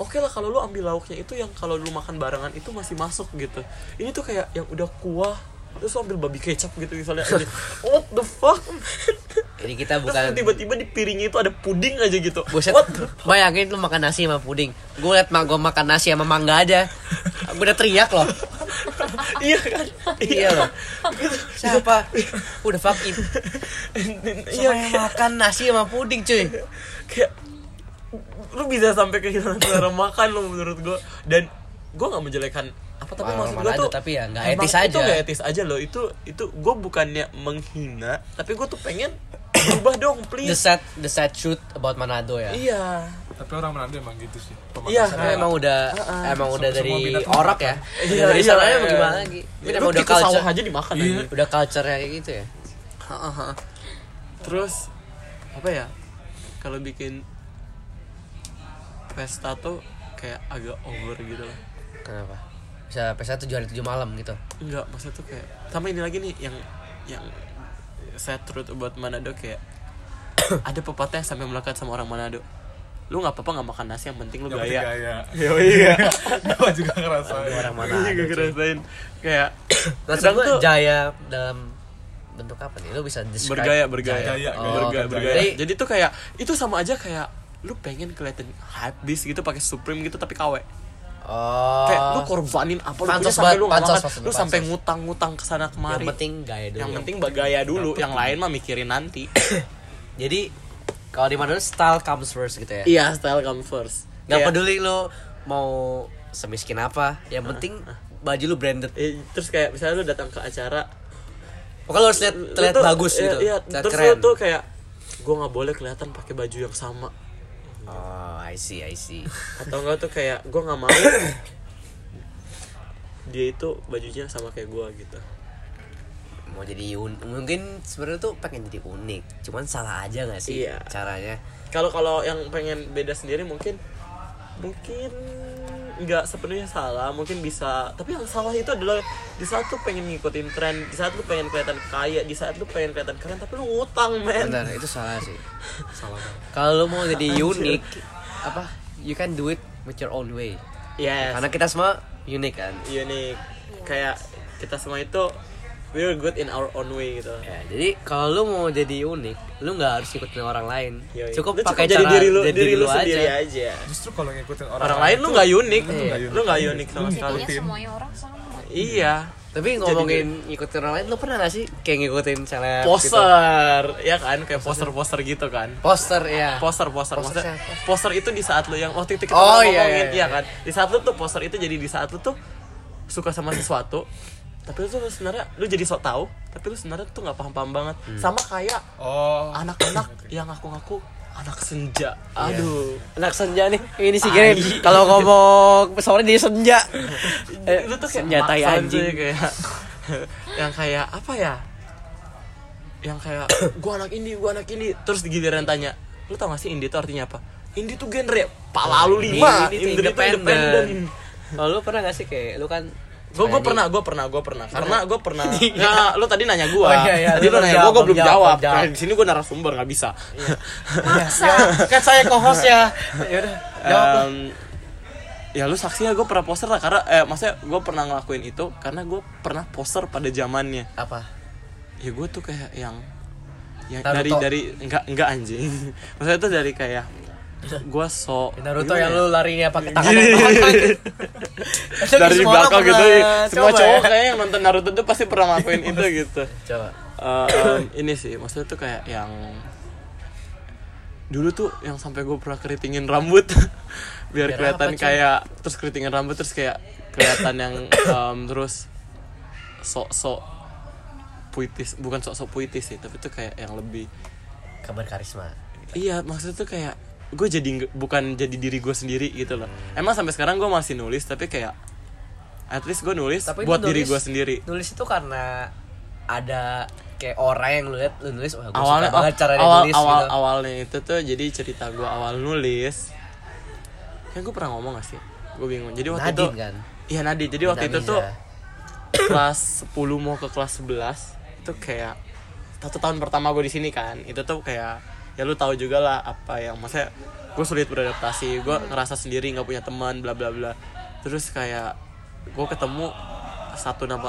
F: oke lah kalau lu ambil lauknya itu yang kalau lu makan barengan itu masih masuk gitu ini tuh kayak yang udah kuah terus lu ambil babi kecap gitu misalnya aja. what the fuck
B: jadi kita
F: terus
B: bukan
F: lu tiba-tiba di piringnya itu ada puding aja gitu
B: Buset,
F: what the-
B: bayangin lu makan nasi sama puding. Gue liat mak gue makan nasi sama mangga aja. Gue udah teriak loh.
F: iya kan
B: Iya loh. Siapa? Udah fuck it.
F: iya
B: Siapa yang makan nasi sama puding cuy?
F: kayak lu bisa sampai kehilangan selera makan lu menurut gua dan gua nggak menjelekkan apa tapi
B: Orang
F: maksud gua
B: Manado
F: tuh
B: tapi ya nggak
F: emang
B: etis
F: itu
B: aja.
F: nggak etis aja loh itu itu gua bukannya menghina tapi gua tuh pengen berubah dong
B: The
F: please
B: sad, the sad truth about Manado ya.
F: iya
D: tapi orang Manado emang gitu sih
F: Iya, Uh-uh.
D: pematasan.
B: Karena emang udah, emang udah
D: Semua
B: dari
D: binatang
B: orok ya. Udah dari
F: iya,
B: sana
F: iya.
B: mau gimana lagi? Tapi
F: Ya,
B: emang
F: lu
B: udah
F: kita sawah
B: culture,
F: aja dimakan
D: Iya.
F: aja
B: udah culture kayak gitu ya.
F: Heeh. Terus apa ya? Kalau bikin pesta tuh kayak agak over gitu loh.
B: Kenapa? Bisa pesta tujuh hari tujuh malam gitu.
F: Enggak, maksudnya tuh kayak sama ini lagi nih yang yang saya turut buat Manado kayak ada pepatah yang sampai melekat sama orang Manado. Lu nggak apa-apa nggak makan nasi yang penting lu
D: yang penting
F: gaya.
D: gaya
F: Yo iya.
D: gue juga ngerasa
B: Orang
F: Gue
B: Manado.
F: juga ngerasain kayak
B: Maksud
F: kadang
B: gue
F: tuh-
B: jaya dalam bentuk apa nih? Lu bisa describe
F: bergaya bergaya
D: Gaya,
F: Oh,
D: gaya.
F: bergaya,
D: Bergaya.
F: bergaya.
B: Jadi-
F: jadi tuh kayak itu sama aja kayak lu pengen kelihatan habis gitu pakai supreme gitu tapi KW
B: Oh.
F: kayak lu korbanin apa lu punya
B: Pansos
F: sampai
B: banget,
F: lu nggak
B: pansos,
F: makan.
B: pansos,
F: lu sampai
B: pansos.
F: ngutang-ngutang kesana kemari
B: yang penting gaya dulu.
F: yang penting bergaya dulu yang lain mah mikirin nanti
B: Jadi kalau di Manado style comes first gitu ya.
F: iya style comes first Iya.
B: Gak
F: Kayak-
B: peduli lu mau semiskin apa, yang penting baju lu branded.
F: eh, terus kayak misalnya lu datang ke acara
B: Pokoknya lu harus lihat
F: lu
B: terlihat
F: tuh-
B: bagus
F: iya,
B: gitu.
F: iya,
B: terlihat
F: terus
B: keren.
F: lu tuh kayak gue nggak boleh kelihatan pakai baju yang sama
B: Oh, I see, I see.
F: atau enggak tuh kayak gue nggak mau dia itu bajunya sama kayak gue gitu
B: Mau jadi un- mungkin sebenarnya tuh pengen jadi unik, cuman salah aja gak sih
F: Iya.
B: caranya?
F: kalau kalau yang pengen beda sendiri mungkin mungkin nggak sepenuhnya salah mungkin bisa tapi yang salah itu adalah di saat lu pengen ngikutin tren di saat lu pengen kelihatan kaya di saat lu pengen kelihatan keren tapi lu ngutang men
B: Benar, itu salah sih.
D: salah banget
B: Kalau lu mau jadi unik, apa? You can do it with your own way.
F: yes
B: Karena kita semua unik kan.
F: unik Iya kayak kita semua itu we're good in our own way gitu
B: Ya, jadi kalau lu mau jadi unik, lu nggak harus ikutin orang lain.
F: Yoi.
B: Cukup
F: Iya, Lu
B: pakai
F: jadi
B: cara
F: diri lu,
B: jadi
F: diri lu
B: lu
F: sendiri
B: aja.
F: aja.
D: justru kalau ngikutin orang,
F: Orang lain lu nggak unik,
D: Lu nggak
F: lu nggak unik sama sekali.
E: jadinya semuanya orang sama
F: Iya.
B: Tapi ngomongin ngikutin orang lain, lu pernah gak sih kayak ngikutin seleb gitu?
F: Poster, ya kan kayak poster-poster gitu kan.
B: Poster ya.
F: poster
B: Poster
F: poster maksudnya
B: siapa?
F: poster itu di saat lu yang waktu itu kita
B: Oh,
F: pernah
B: iya,
F: ngomongin
B: iya, iya.
F: kan di saat lu tuh poster itu jadi di saat lu tuh suka sama sesuatu tapi lu tuh sebenarnya lu jadi sok tahu tapi lu sebenarnya tuh nggak paham paham banget sama kayak
D: oh
F: anak-anak yang ngaku-ngaku anak senja aduh
B: Anak senja nih. Ini sih Gary, kalau ngomong pesawatnya dia senja. Eh,
F: lu tuh kayak
B: senja tai
F: maksa
B: anjing.
F: cuy, kayak yang kayak apa ya yang kayak gua anak ini gua anak ini terus giliran tanya lu tau gak sih indie itu artinya apa indie tuh genre pala lu lima
B: Ini itu independen. Kalau lu pernah gak sih kayak lu kan
F: Gue
B: Kayak di-
F: pernah, gue pernah, gue pernah. Karena gue pernah. Nah, lu tadi nanya gue.
B: Iya. Oh, iya, iya. Lu
F: Tadi lu
B: belum
F: nanya gue,
B: jawab,
F: gue belum
B: belum jawab,
F: jawab.
B: belum jawab.
F: Nah, di sini gue narasumber nggak bisa. Ya,
E: maksa
B: kan saya co-host ya yaudah jawab lah.
F: Em, ya lu saksi ya gue pernah poster lah karena eh maksudnya gue pernah ngelakuin itu karena gue pernah poster pada zamannya
B: apa
F: ya gue tuh kayak yang yang
B: Naruto.
F: dari Ya, dari enggak enggak anjing maksudnya itu dari kayak gue so
B: Naruto
F: gimana
B: yang
F: ya?
B: lu larinya pakai tangan
F: Gini. Iya. dari
B: Semua orang
F: belakang gitu
B: pernah
F: semua
B: coba
F: cowok
B: ya?
F: kayaknya yang nonton Naruto tuh pasti pernah ngelakuin itu gitu
B: coba
F: Eh, em, ini sih maksudnya tuh kayak yang dulu tuh yang sampai gue pernah keritingin rambut
B: Biar
F: biar, kelihatan
B: apa, Cen?
F: kayak terus keritingin rambut terus kayak kelihatan yang em, terus sok-sok puitis bukan sok-sok puitis sih tapi tuh kayak yang lebih
B: kabar karisma
F: Iya maksudnya tuh kayak gue jadi nge- bukan jadi diri gue sendiri gitu loh. Emang sampai sekarang gue masih nulis tapi kayak at least gue nulis
B: Tapi itu
F: buat diri
B: nulis-
F: gue sendiri.
B: nulis itu karena ada kayak orang yang lu lihat lu nulis wah gue
F: Awalnya
B: suka banget cara dia
F: awal
B: nulis
F: awal
B: gitu.
F: awalnya itu tuh jadi cerita gue awal nulis. Kan gue pernah ngomong gak sih? Gue bingung. Jadi waktu
B: Nadine
F: itu
B: kan? iya.
F: Iya Nadi. Jadi waktu itu
B: Dinamiza.
F: tuh kelas 10 mau ke kelas 11 itu kayak satu tahun pertama gue di sini kan itu tuh kayak ya lu tahu juga lah apa yang maksudnya gue sulit beradaptasi gue ngerasa sendiri nggak punya teman bla bla bla terus kayak gue ketemu satu nama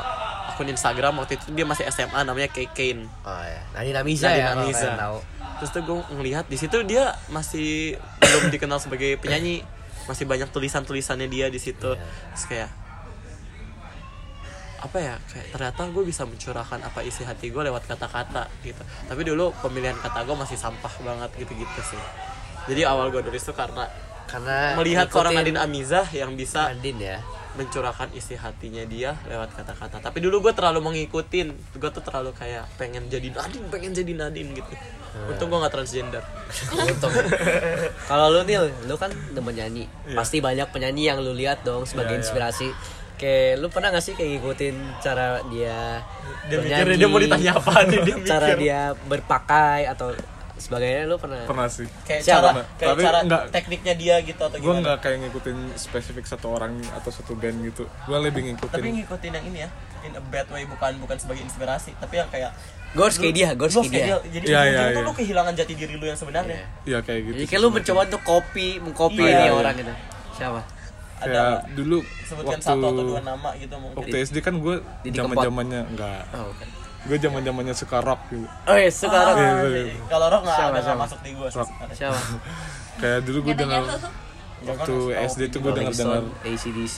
F: akun Instagram waktu itu dia masih SMA namanya Kekein
B: oh ya Nadine Amiza
F: Nadine
B: ya kalau
F: Amiza.
B: kalian tahu
F: terus tuh gue ngelihat di situ dia masih belum dikenal sebagai penyanyi masih banyak tulisan tulisannya dia di situ terus kayak apa ya kayak ternyata gue bisa mencurahkan apa isi hati gue lewat kata-kata gitu tapi dulu pemilihan kata gue masih sampah banget gitu-gitu sih jadi awal gue nulis tuh karena
B: karena
F: melihat
B: ngikutin
F: seorang Nadine Amizah yang bisa
B: Nadine ya
F: mencurahkan isi hatinya dia lewat kata-kata tapi dulu gue terlalu mengikutin gue tuh terlalu kayak pengen jadi Nadine pengen jadi Nadine gitu untung gue nggak transgender
B: untung kalau lu nih lu kan demen nyanyi
F: Iya.
B: pasti banyak penyanyi yang lu lihat dong sebagai inspirasi kayak lu pernah gak sih kayak ngikutin cara dia
F: Dia mikir, dia mau ditanya apaan nih, dia
B: cara
F: mikir.
B: dia berpakai atau sebagainya lu pernah
D: pernah sih
F: kayak
B: Siapa?
F: cara kayak
D: Tapi
F: cara
D: nggak-
F: tekniknya dia gitu atau
D: gue
F: gimana
D: nggak kayak ngikutin spesifik satu orang atau satu band gitu gue lebih ngikutin
F: tapi ngikutin yang ini ya in a bad way bukan bukan sebagai inspirasi tapi yang kayak
B: gue harus kayak dia gue harus
F: lu
B: kayak dia
F: kayak dia jadi
D: Iya,
F: ujung-ujung
D: iya,
F: tuh
D: iya.
F: lu kehilangan jati diri lu yang sebenarnya
B: Iya.
D: ya kayak gitu
B: jadi
D: sih
B: kayak lu
D: sebenarnya.
B: mencoba untuk copy mengcopy
F: Iya.
B: ini
F: Iya.
B: orang gitu siapa
F: ada
D: kayak dulu
F: sebutkan
D: waktu
F: satu atau dua nama gitu mungkin
D: waktu SD kan gue
B: Didi
D: zaman zamannya enggak
B: oh, bukan.
D: gue zaman zamannya suka rock gitu
B: oh iya, sekarang
F: Ah, jadi kalau rock nggak
B: Siapa,
F: ada nggak
B: siapa?
F: masuk di gue
D: Rock.
B: siapa
D: kayak dulu gue
E: Katanya
D: dengar
E: tuh
D: waktu SD tuh gue denger
B: Rolling
D: dengar
B: Stone, ACDC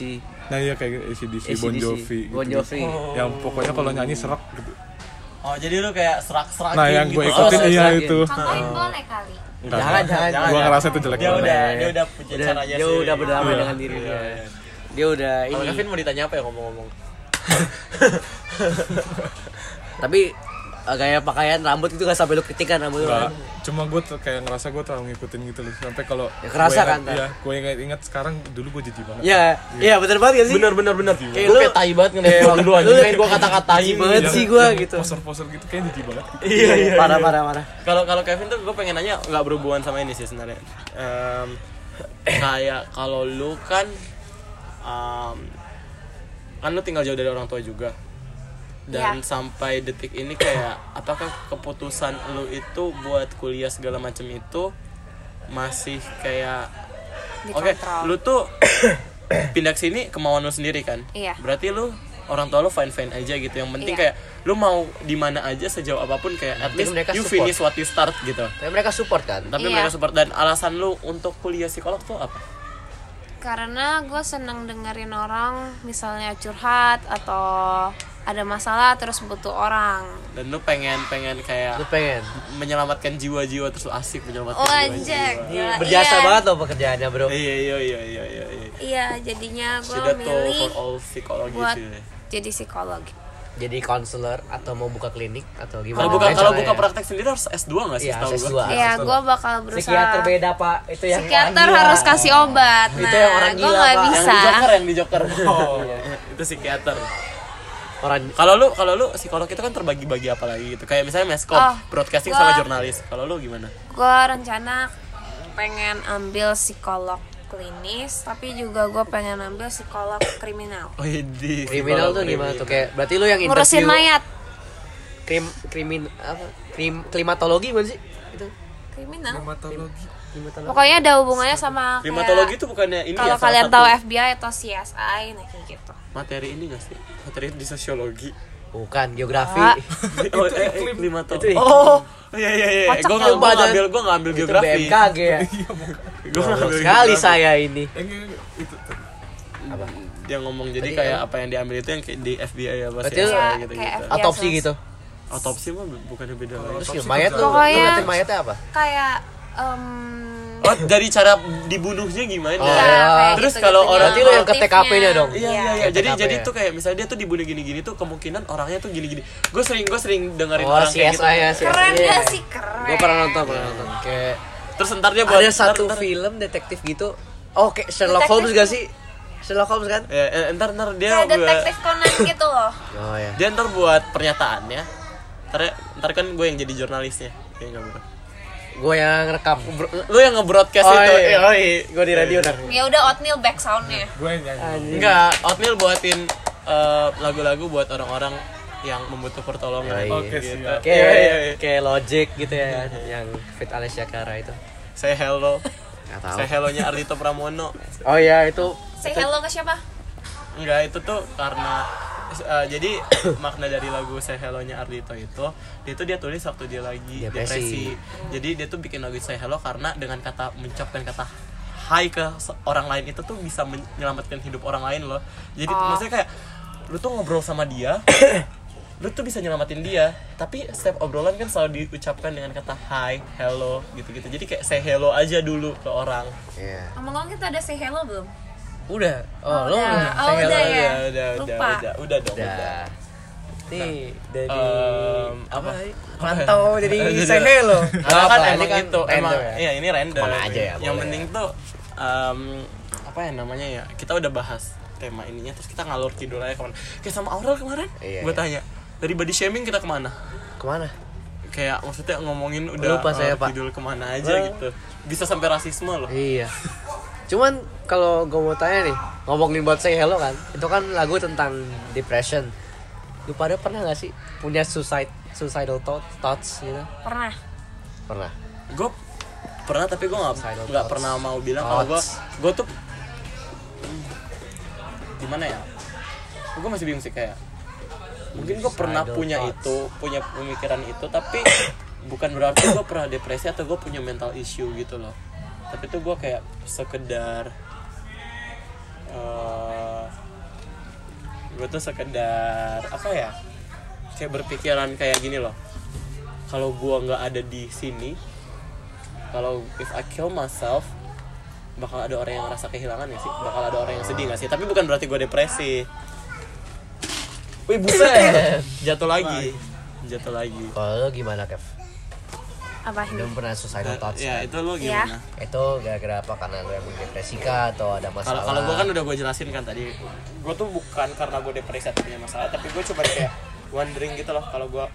D: nah iya kayak ACDC, Bon
B: ACDC,
D: Jovi gitu,
B: Bon Jovi
D: yang pokoknya kalau nyanyi serak gitu
F: oh jadi lu kayak serak-serak
D: nah yang
F: gitu
D: gue ikutin
B: Oh,
D: iya
B: serak
D: itu
E: contohin boleh kali
D: Enggak,
B: Jangan,
D: enggak.
B: jangan,
D: Gua
F: jangan.
D: ngerasa itu jelek
F: dia
D: banget.
F: Ya udah Iya, dia udah punya
B: Udah-
F: caranya
B: dia
F: sih
B: udah berdamai
D: Iya.
B: dengan diri dia dia udah
F: kalau
B: ini
F: Kevin mau ditanya apa ya ngomong-ngomong
B: tapi eh, gaya pakaian rambut itu gak sampai lu ketikan rambut lu
D: Enggak,
B: kan?
D: cuma gue kayak ngerasa gue terlalu ngikutin gitu loh sampai kalau
B: Ya, kerasa
D: gua
B: kan,
D: ingat-
B: Tan?
D: iya gue ingat ingat sekarang dulu gue jadi banget
B: ya ya bener banget gak sih
F: Iya, bener bener
B: Kayak
F: gue
B: lu-
F: kayak tai banget ngeliat orang dulu anjing pengen gue kata-katain
B: Jijik banget
F: gitu.
B: sih gua gitu.
D: Iya. poster-poster gitu kayak jadi banget
F: iya iya
B: parah parah parah
F: kalau kalau Kevin tuh gue pengen nanya nggak berhubungan sama ini sih sebenarnya Em, kayak kalau lu kan em, kan lu tinggal jauh dari orang tua juga dan
E: Iya.
F: sampai detik ini kayak apakah keputusan lu itu buat kuliah segala macam itu masih kayak oke
E: dikontrol
F: lu tuh pindah ke sini kemauan lu sendiri kan
E: Iya.
F: berarti lu orang tua lu fine fine aja gitu yang penting
E: Iya.
F: kayak lu mau di mana aja sejauh apapun kayak at
B: penting
F: least
B: mereka
F: you
B: support.
F: finish what you start gitu
B: tapi mereka support kan
F: tapi
E: Iya.
F: mereka support dan alasan lu untuk kuliah psikolog tuh apa
E: karena gue seneng dengerin orang misalnya curhat atau ada masalah terus butuh orang
F: dan lu pengen pengen kayak
B: lu pengen
F: menyelamatkan jiwa-jiwa terus lu asik
E: Iya,
F: menyelamatkan
E: Oh, wajah
B: berjasa banget loh pekerjaannya bro
F: iya iya iya iya iya iya
E: iya jadinya gue
F: sudah tuh for
E: milih
F: all psikologi
E: buat
F: sih
E: jadi psikolog
B: jadi konselor atau mau buka klinik atau gimana
F: kalau buka kalau
B: caranya?
F: buka praktek sendiri harus S2 nggak sih
B: Iya,
F: setahu
B: S2.
F: gua?
E: Iya, gue bakal
B: psikiater
E: berusaha
B: beda pak itu yang
E: psikiater
B: orang gila.
E: harus kasih obat nah
B: Itu yang orang
E: gue
B: gila,
E: nggak
B: Pak.
F: yang
E: bisa
F: di joker yang di joker oh, itu psikiater
B: orang
F: kalau lu kalau lu psikolog itu kan terbagi-bagi apa lagi gitu kayak misalnya meskom
E: Oh,
F: broadcasting
E: gua-
F: sama jurnalis kalau lu gimana
E: gue rencana pengen ambil psikolog klinis tapi juga gue pengen ambil psikolog kriminal
F: Widih,
B: Kriminal
F: psikolog
B: tuh gimana tuh kayak berarti lu yang
E: ngurusin
B: interview-
E: mayat
B: krim krimin apa krim klimatologi bukan sih itu
E: kriminal
D: Klimatologi.
B: klimatologi
E: pokoknya ada hubungannya sama kayak-
F: Klimatologi tuh bukannya ini
E: kalau
F: ya, salah
E: kalian
F: satu
E: tahu FBI atau CSI nah kayak gitu
F: materi ini gak sih? Materi di sosiologi.
B: bukan geografi
E: Ah.
F: oh, eh, eh,
B: Itu
F: klimatologi.
B: iklim.
F: Oh, iya iya iya.
E: Kocak
F: Gue
E: ya,
F: nggak gua nggak
B: badan.
F: ambil gue nggak ambil
B: itu
F: geografi.
B: BMKG ya
F: Gue nggak ambil
B: sekali
F: geografi.
B: saya ini
E: Iya,
D: Eh, enggak, enggak, itu tuh.
F: Yang ngomong jadi
B: Tadi
F: kayak
B: apa?
F: apa yang diambil itu yang kayak di FBI ya pasti.
B: Berarti lu-
F: ya,
E: Kayak-
F: gitu
E: kayak
F: gitu.
E: Biasa.
B: autopsi gitu
F: Otopsi mah bu- bukannya beda
B: terus
F: lagi.
B: ya, mayat tuh
E: Pokoknya-
B: ngatain mayatnya apa
E: kayak em,
F: Oh, dari cara dibunuhnya gimana?
B: Oh,
E: ya,
B: iya.
E: kayak
F: Terus
E: gitu-gitu
F: kalau
E: doang.
F: orang-
B: Berarti lu yang ke TKP-nya dong?
F: Iya
E: Iya.
F: iya iya. Jadi
B: TKP
F: jadi
B: ya?
F: tuh kayak misalnya dia tuh dibunuh gini-gini tuh kemungkinan orangnya tuh gini-gini. Gue sering gue sering dengerin
B: oh
F: orang
B: CSI
F: kayak gitu.
B: ya CSI
E: keren
B: ya
E: gak sih keren
B: gue pernah nonton pernah nonton kayak
F: Terus ntar dia buat
B: ada satu
F: ntar- ntar-
B: film detektif gitu oh kayak Sherlock
E: Detektif gitu.
B: Holmes gak sih Sherlock Holmes kan
F: Ya, eh, ntar ntar dia
E: kayak
F: buat-
E: detektif Conan gitu loh
B: oh ya
F: dia ntar buat pernyataannya. Ntar ntar kan gue yang jadi jurnalisnya. Ya, nggak bukan.
B: gue yang rekam
F: Lu yang nge-broadcast itu.
B: Oi,
F: eh,
B: oi, gue di radio dah.
E: ya udah oatmeal back soundnya
D: Gue yang nyanyi.
F: Enggak, Oatmeal buatin eh, lagu-lagu buat orang-orang yang membutuhkan pertolongan.
B: Yoi.
D: Oke,
F: Gitu.
D: siap.
B: Kayak
F: Iya, iya, iya.
B: kayak Logic gitu ya yang Fit Alessia Cara itu.
F: Saya hello.
B: Gak
F: Saya hello-nya Ardhito Pramono.
B: Oh iya itu
E: say hello ke siapa
F: Enggak, itu tuh karena eh, jadi makna dari lagu Say Hello-nya Ardhito itu itu dia tulis waktu dia lagi
B: Depresi.
F: depresi. Jadi dia tuh bikin lagu Say Hello karena dengan kata mengucapkan kata hai ke se- orang lain itu tuh bisa menyelamatkan hidup orang lain loh. Jadi tuh maksudnya kayak lu tuh ngobrol sama dia lu tuh bisa nyelamatin dia tapi setiap obrolan kan selalu diucapkan dengan kata hi hello gitu-gitu jadi kayak say hello aja dulu ke orang
B: Iya.
E: ngomong-ngomong kita ada say hello belum
B: Udah. Oh, lo
E: Udah.
B: udah.
E: Oh,
B: Saya
E: udah
B: hello.
E: ya?
F: Iya, udah udah
E: Lupa.
F: udah udah dong udah.
B: Udah. Nih, dari
F: Em,
B: apa?
F: apa?
B: Rantau jadi
F: Jadi-
B: saya hello.
F: Karena kan
B: Apa,
F: emang itu emang
B: random ya?
F: ya ini random.
B: Kemana aja ya,
F: Yang
B: boleh.
F: penting tuh em, apa ya namanya ya? Kita udah bahas tema ininya terus kita ngalur tidur aja kemana kayak sama Aurel kemarin
B: Iya, iya.
F: gue tanya dari body shaming kita kemana
B: Kemana?
F: kayak maksudnya ngomongin udah
B: Lupa saya,
F: ngalor
B: Pak.
F: kidul kemana aja
B: Wah.
F: gitu bisa sampai rasisme loh
B: Iya. Cuman kalau gue mau tanya nih, ngomongin buat saya hello kan, itu kan lagu tentang depression. Lu pada pernah gak sih punya suicide suicidal thought- thoughts gitu?
E: pernah
B: Pernah.
F: gue pernah tapi gue nggak
B: Suicidal
F: nggak
B: thoughts.
F: pernah mau bilang kalau gue
B: Thoughts.
F: gue tuh hmm, gimana ya gue masih bingung sih kayak mungkin gue pernah
B: Suicidal
F: punya
B: thoughts.
F: itu punya pemikiran itu tapi bukan berarti gue pernah depresi atau gue punya mental issue gitu loh tapi tuh gue kayak sekedar gue tuh sekedar apa ya kayak berpikiran kayak gini loh kalau gua nggak ada di sini kalau if I kill myself bakal ada orang yang ngerasa kehilangan gak sih bakal ada orang yang sedih gak sih tapi bukan berarti gue depresi wih buset jatuh lagi jatuh lagi
B: Kalau lo gimana, Kev?
E: apa
B: Belum pernah suicidal thoughts. kan?
F: ya itu lo
E: Iya.
F: gimana
B: Itu gara-gara apa? Karena lo emang depresi kah atau ada
F: kalau
B: masalah?
F: kalau gue kan udah gue jelasin kan tadi gue tuh bukan karena gue depresi atau punya masalah tapi gue cuma kayak wondering gitu loh kalau gue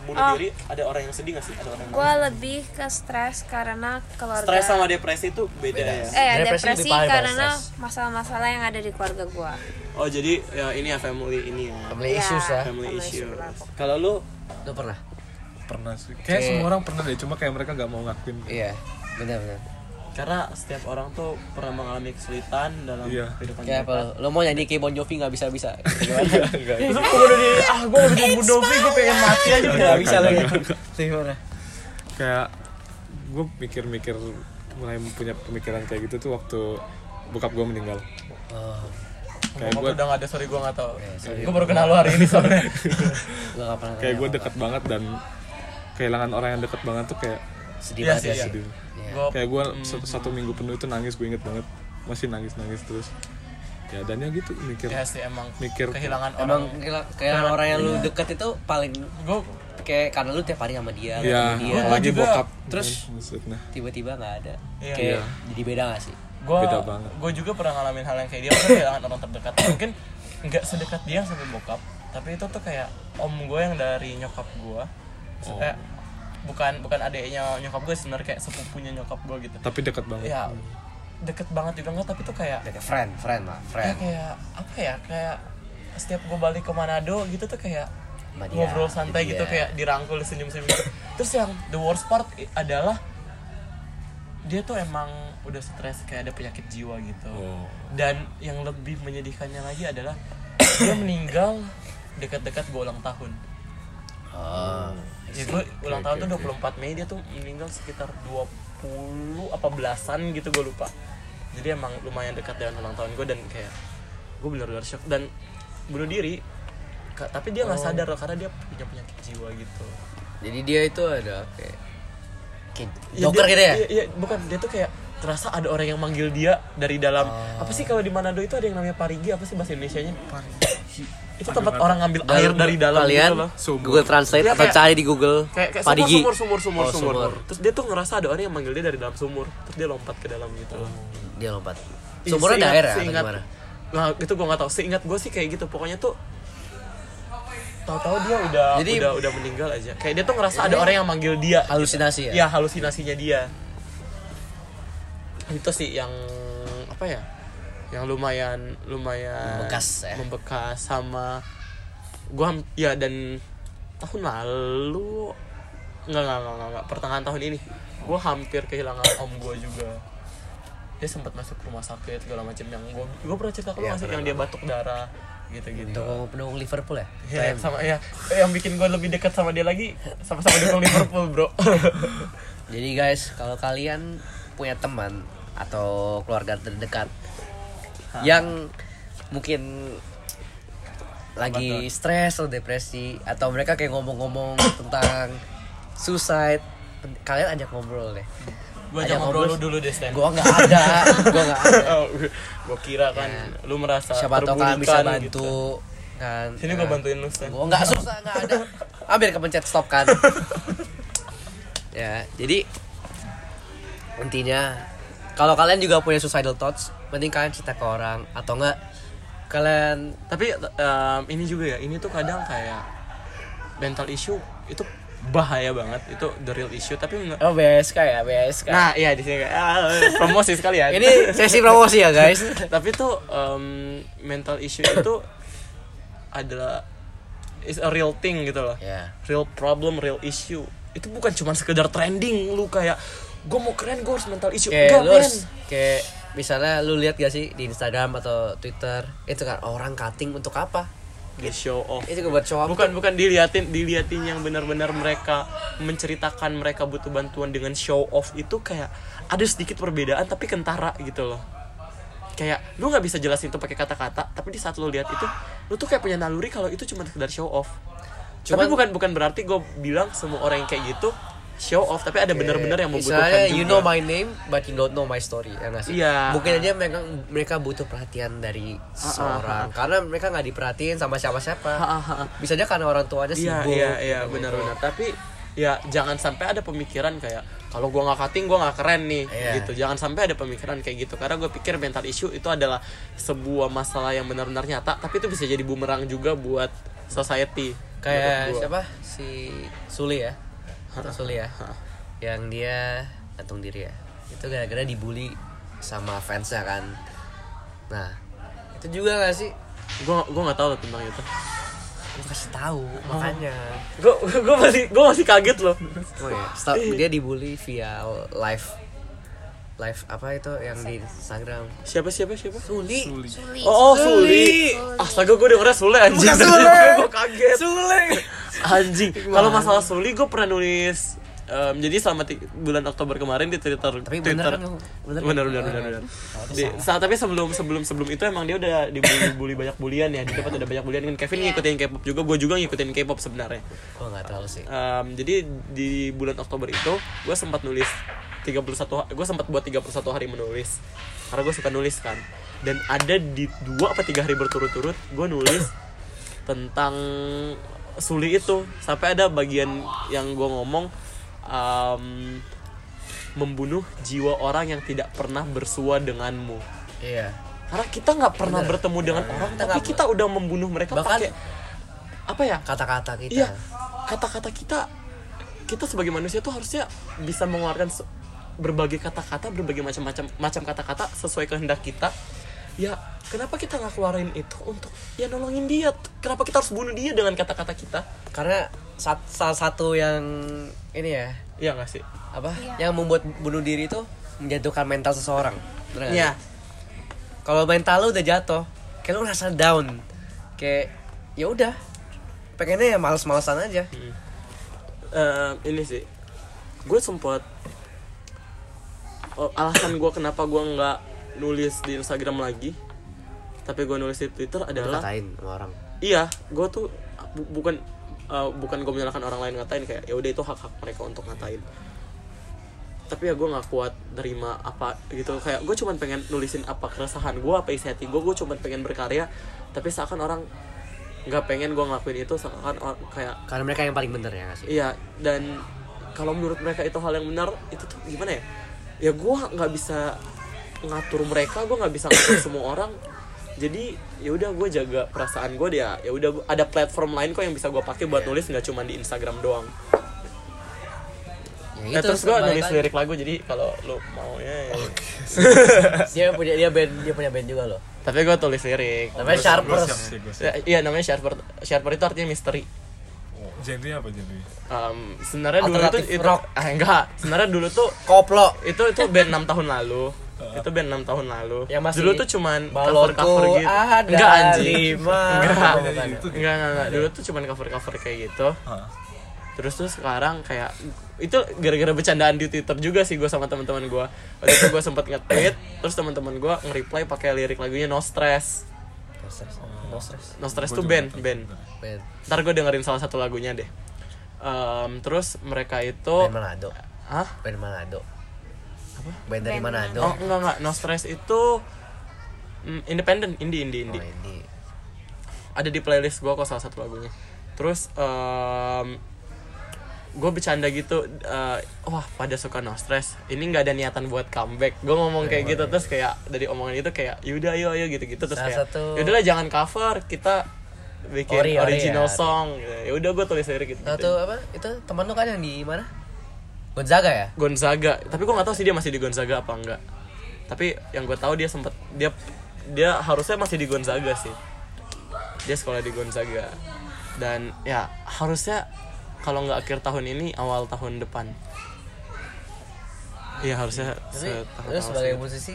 F: bunuh
E: Oh.
F: diri ada orang yang sedih gak sih ada orang yang
E: gue lebih ke stres karena keluarga
F: stres sama depresi itu beda, ya
E: eh
B: Depresi
E: depresi,
B: lebih parah daripada
E: karena
B: stres.
E: masalah-masalah yang ada di keluarga gue
F: oh jadi ya ini ya family ini ya
B: Family issues ya.
F: family
E: Family
F: issue.
E: issue lah, pokoknya.
F: Kalau lu
B: Lo pernah?
D: Pernah sih. Kayak semua orang pernah deh, cuma kayak mereka gak mau ngakuin.
B: Iya. Benar-benar.
F: karena setiap orang tuh pernah mengalami kesulitan dalam
D: Iya.
F: kehidupan
B: Kayak apa?
F: mereka.
B: Lo mau nyanyi kayak Bon Jovi nggak bisa-bisa?
F: Terus gue udah di ah gue udah di Dovi gue pengen mati aja
B: Nggak bisa lo.
F: ya.
D: Gimana? Kayak gue mikir-mikir mulai punya pemikiran kayak gitu tuh waktu bokap gue meninggal.
B: Oh.
D: Kayak
F: Ngomong
D: gue
F: udah gak ada sorry gue gak tau Gue baru kenal lu hari ini soalnya
B: Gue Iya, nggak pernah. nanya
D: kayak gue
B: apa-apa.
D: deket banget dan kehilangan orang yang deket banget tuh kayak
B: Sedih
F: Iya
B: banget
F: sih,
B: ya
F: iya.
B: sedih. Iya.
F: Gue
D: kayak gue satu minggu penuh itu nangis gue inget banget masih nangis nangis terus ya dan ya gitu mikir
F: ya sih emang
D: Mikir.
F: kehilangan
B: Emang
F: orang
B: kayak kayak orang yang
F: Iya.
B: lu deket itu paling gue kayak karena lu tiap hari sama dia, ketemu
D: ya
B: dia
F: Iya. gua
D: lagi
F: juga.
D: bokap
F: Terus-
D: kan, maksudnya
B: tiba-tiba nggak ada.
F: Iya.
B: Kayak
D: Iya.
B: jadi beda gak sih?
F: Gue
D: Beda banget.
F: gue juga pernah ngalamin hal yang kayak dia Maksudnya kehilangan orang terdekat Mungkin gak sedekat dia sampai bokap Tapi itu tuh kayak om gue yang dari nyokap gue Maksudnya bukan bukan adiknya nyokap gue sebenarnya kayak sepupunya nyokap gue gitu
B: Iya.
D: tapi deket banget
F: ya deket banget juga enggak tapi tuh kayak
B: Kayak friend, friend lah,
F: ya
B: friend.
F: kayak apa ya kayak setiap gue balik ke Manado gitu tuh kayak
B: Sama dia,
F: ngobrol santai
B: gitu
F: gitu
B: ya.
F: kayak dirangkul senyum-senyum gitu. terus yang the worst part i- adalah dia tuh emang udah stres kayak ada penyakit jiwa gitu
B: Oh.
F: dan yang lebih menyedihkannya lagi adalah dia meninggal dekat-dekat gue ulang tahun
B: Oh,
F: ya gue ulang tahun tuh 24 Mei dia tuh meninggal sekitar 20 apa belasan gitu gue lupa jadi emang lumayan dekat dengan ulang tahun gue dan kayak gue bener-bener shock dan bunuh diri Ka- tapi dia nggak sadar loh, karena dia punya penyakit jiwa gitu
B: jadi dia itu ada kayak kayak
F: Ya,
B: dokter
F: dia-
B: gitu ya?
F: iya, iya, bukan dia tuh kayak terasa ada orang yang manggil dia dari dalam
B: Oh.
F: apa sih kalau di Manado itu ada yang namanya parigi apa sih bahasa Indonesianya itu tempat orang ngambil air dari dalam
B: kalian
F: gitu loh
G: Sumur.
B: Google Translate
F: Iya,
B: atau
F: kayak-
B: cari di Google
F: kayak, kayak
B: Padigi.
F: sumur, sumur sumur sumur
B: Oh,
F: sumur.
B: sumur.
F: terus dia tuh ngerasa ada orang yang manggil dia dari dalam sumur terus dia lompat ke dalam gitu loh
B: Dia lompat. Oh.
F: Ih,
B: Sumurnya ada
F: Iya, seingat-
B: air ya atau
F: seingat-
B: gimana?
F: nah itu gue nggak tahu seingat gue sih kayak gitu pokoknya tuh tahu-tahu dia udah
B: Jadi-
F: udah udah meninggal aja kayak dia tuh ngerasa ada orang yang manggil dia
B: Halusinasi ya?
F: ya halusinasinya dia itu sih yang apa ya yang lumayan lumayan
B: Membekas ya?
F: membekas sama gua ham- ya dan tahun lalu nggak nggak nggak nggak, nggak. pertengahan tahun ini gua hampir kehilangan om gua juga dia sempat masuk rumah sakit segala macam yang gua gua pernah cerita ke lu
B: Iya,
F: nggak sih?
B: pernah,
F: yang dia batuk darah gitu gitu
B: Pendukung pendukung Liverpool ya?
F: Ya, sama ya yang bikin gua lebih dekat sama dia lagi sama-sama dukung Liverpool bro
B: Jadi guys, kalau kalian punya teman atau keluarga terdekat yang mungkin lagi stres atau depresi atau mereka kayak ngomong-ngomong tentang suicide, kalian ajak ngobrol deh.
F: Gua
B: Ajak
F: ajak ngobrol lu dulu deh Stan
B: Gua nggak ada, gua nggak ada.
F: Oh, gua kira kan lu merasa
B: Iya. Siapa tahu kalian bisa
F: terburukan gitu.
B: bantu kan.
F: Sini gua bantuin lu Stan
B: Gua nggak susah, nggak ada. Hampir kepencet stop kan. ya, jadi intinya kalau kalian juga punya suicidal thoughts, mending kalian cerita ke orang atau enggak kalian
F: Tapi em, ini juga ya, ini tuh kadang kayak mental issue itu bahaya banget, itu the real issue tapi menurut-
B: Oh BSK ya BSK
F: Nah, iya di sini kayak ah, promosi sekali ya.
B: Ini sesi promosi ya guys
F: tapi tuh em, mental issue itu adalah is a real thing gitu loh.
B: Ya
F: real problem real issue itu bukan cuma sekedar trending lu kayak gue mau keren gue harus mental issue
B: Kayak Iya,
F: enggak
B: lu
F: men
B: harus- Kayak misalnya lu lihat gak sih di Instagram atau Twitter Itu kan orang cutting untuk apa?
F: Di show off
B: Itu buat show up
F: bukan bukan diliatin diliatin yang benar-benar mereka menceritakan mereka butuh bantuan dengan show off itu kayak ada sedikit perbedaan tapi kentara gitu loh kayak lu nggak bisa jelasin itu pakai kata-kata tapi di saat lu lihat itu lu tuh kayak punya naluri kalau itu cuma sekedar show off tapi
B: Cuman-
F: bukan bukan berarti gue bilang semua orang yang kayak gitu show off tapi ada bener-bener yang membutuhkan
B: Misalnya Iya, you
F: juga.
B: know my name but you don't know my story ya nggak sih?
F: Iya.
B: Mungkin aja mereka mereka butuh perhatian dari seorang karena mereka nggak diperhatiin sama siapa-siapa.
F: Ah, ah, ah.
B: Bisa aja karena orang tuanya
F: Iya
B: sibuk. gitu kan.
F: iya iya benar-benar. Tapi ya jangan sampai ada pemikiran kayak kalau gua nggak cutting gua nggak keren nih
B: Iya.
F: gitu. Jangan sampai ada pemikiran kayak gitu karena gue pikir mental issue itu adalah sebuah masalah yang benar-benar nyata. Tapi itu bisa jadi bumerang juga buat society.
B: Kayak
F: menurut gua.
B: siapa? Si Suli ya. Atau Suli ya. Yang dia gantung diri ya. Itu gara-gara dibully sama fansnya kan. Nah, itu juga gak sih?
F: Gua gua nggak tahu loh tentang itu.
B: Gue kasih tahu makanya.
F: Gua gua masih gua masih kaget loh.
B: Oh iya. Stop. Dia dibully via live live apa itu yang di Instagram.
F: Siapa siapa siapa?
B: Suli.
E: Sulit.
F: Oh, oh Suli. Astaga gue dengernya Sule anjing. gue kaget. Anjing. Kalau masalah Suli gue pernah nulis em, jadi selama ti- bulan Oktober kemarin di Twitter
B: Tapi bener
F: Twitter
B: kan lu? Oh, Bener
F: bener
B: kan?
F: bener bener bener. Di- saat tapi sebelum sebelum sebelum itu emang dia udah dibully banyak bulian ya di tempat ada banyak bulian kan Kevin ngikutin K-pop juga gue juga ngikutin K-pop sebenarnya
B: Gue Oh, nggak terlalu sih.
F: Em, jadi di bulan Oktober itu gue sempat nulis 31 gue sempat buat 31 hari menulis karena gue suka nulis kan dan ada di dua apa tiga hari berturut-turut gue nulis tentang Suli itu sampai ada bagian yang gue ngomong em, membunuh jiwa orang yang tidak pernah bersua denganmu
B: Iya.
F: karena kita nggak pernah bertemu dengan orang
B: Kita
F: tapi
B: nggak-
F: kita udah membunuh mereka
B: Bahkan-
F: pakai apa ya
B: Kata-kata
F: Iya,
B: kita.
F: kata-kata kita kita sebagai manusia tuh harusnya bisa mengeluarkan se- berbagai kata-kata berbagai macam-macam macam kata-kata sesuai kehendak kita ya kenapa kita nggak keluarin itu untuk ya nolongin dia kenapa kita harus bunuh dia dengan kata-kata kita
B: Karena sat- salah satu yang ini ya
F: ya nggak sih
B: apa yang membuat bunuh diri itu menjatuhkan mental seseorang. Bener nggak?
F: ya
B: Kalau mental lu udah jatuh, kayak lu rasa down, kayak ya udah pengennya ya males-malesan aja.
F: Hmm. eh, ini sih gue sempat oh, alasan gue kenapa gue nggak nulis di Instagram lagi tapi gue nulis di Twitter adalah
B: Katain sama orang.
F: iya gue tuh bu- bukan uh, bukan gue menyalahkan orang lain ngatain kayak ya udah itu hak hak mereka untuk ngatain tapi ya gue nggak kuat nerima apa gitu kayak gue cuman pengen nulisin apa keresahan gue apa isi hati gue gue cuman pengen berkarya tapi seakan orang nggak pengen gue ngelakuin itu seakan orang kayak
B: Karena mereka yang paling bener ya nggak sih.
F: Iya, dan kalau menurut mereka itu hal yang benar, itu tuh gimana ya? Ya gua nggak bisa ngatur mereka, gua nggak bisa ngatur semua orang. Jadi ya udah gue jaga perasaan gue dia. Ya udah gua- ada platform lain kok yang bisa gue pakai
B: Iya.
F: buat nulis nggak cuma di Instagram doang.
B: Ya,
F: Nah,
B: itu,
F: terus gue
B: balik
F: nulis
B: lagi. Oh.
F: lirik lagu jadi kalau lu mau ya. ya.
B: Dia punya dia band dia punya band juga loh.
F: Tapi gue tulis lirik.
B: Namanya Sharpers.
F: Ya, Iya namanya sharper sharper itu artinya misteri.
D: Genre apa genre?
F: Um, sebenarnya dulu tuh
B: Alternatif
F: itu
B: rock.
F: ah, enggak. Sebenarnya dulu tuh
B: Koplo.
F: itu itu band 6 tahun lalu itu band 6 tahun lalu
B: Yang masih ah.
F: dulu tuh cuman cover cover
B: Balonku
F: gitu
B: ada
F: enggak anjing
B: lima.
F: enggak
B: Oh, bukan.
F: enggak enggak, enggak. dulu tuh cuman cover cover kayak gitu
D: Hah.
F: terus tuh sekarang kayak itu gara-gara bercandaan di Twitter juga sih gue sama teman-teman gue waktu itu gue sempet nge-tweet terus teman-teman gue nge-reply pakai lirik lagunya No Stress
B: No stress. No
F: Oh,
B: stress.
F: No Stress
D: Gua
F: tuh
D: juga
F: band
D: nonton.
F: band
B: Band,
F: ntar gue dengerin salah satu lagunya deh Em, terus mereka
B: band
F: itu
B: Manado.
F: Hah?
B: Band Manado. Apa? Band dari
E: Band
B: Manado.
F: Oh enggak enggak, No Stress itu mm, independen, indie indie
B: Oh,
F: indie.
B: ini.
F: Ada di playlist gua kok salah satu lagunya. Terus em gue bercanda gitu, eh, wah pada suka No Stress. Ini nggak ada niatan buat comeback. Gue ngomong kayak gitu terus kayak dari omongan itu kayak yaudah ayo ayo gitu gitu terus
B: Iya, Salah
F: kayak
B: satu-
F: yaudahlah jangan cover kita bikin
B: Ori, ori, ya.
F: original song. Ya udah gue tulis lirik gitu.
B: Satu apa? Itu teman lu kan yang di mana? Gonzaga ya?
F: Gonzaga tapi gue nggak tahu sih dia masih di Gonzaga apa enggak tapi yang gue tahu dia sempet dia dia harusnya masih di Gonzaga sih dia sekolah di Gonzaga dan ya harusnya kalau nggak akhir tahun ini awal tahun depan Iya harusnya
B: Tapi
F: setahun
B: lu
F: awal
B: sebagai
F: sih.
B: musisi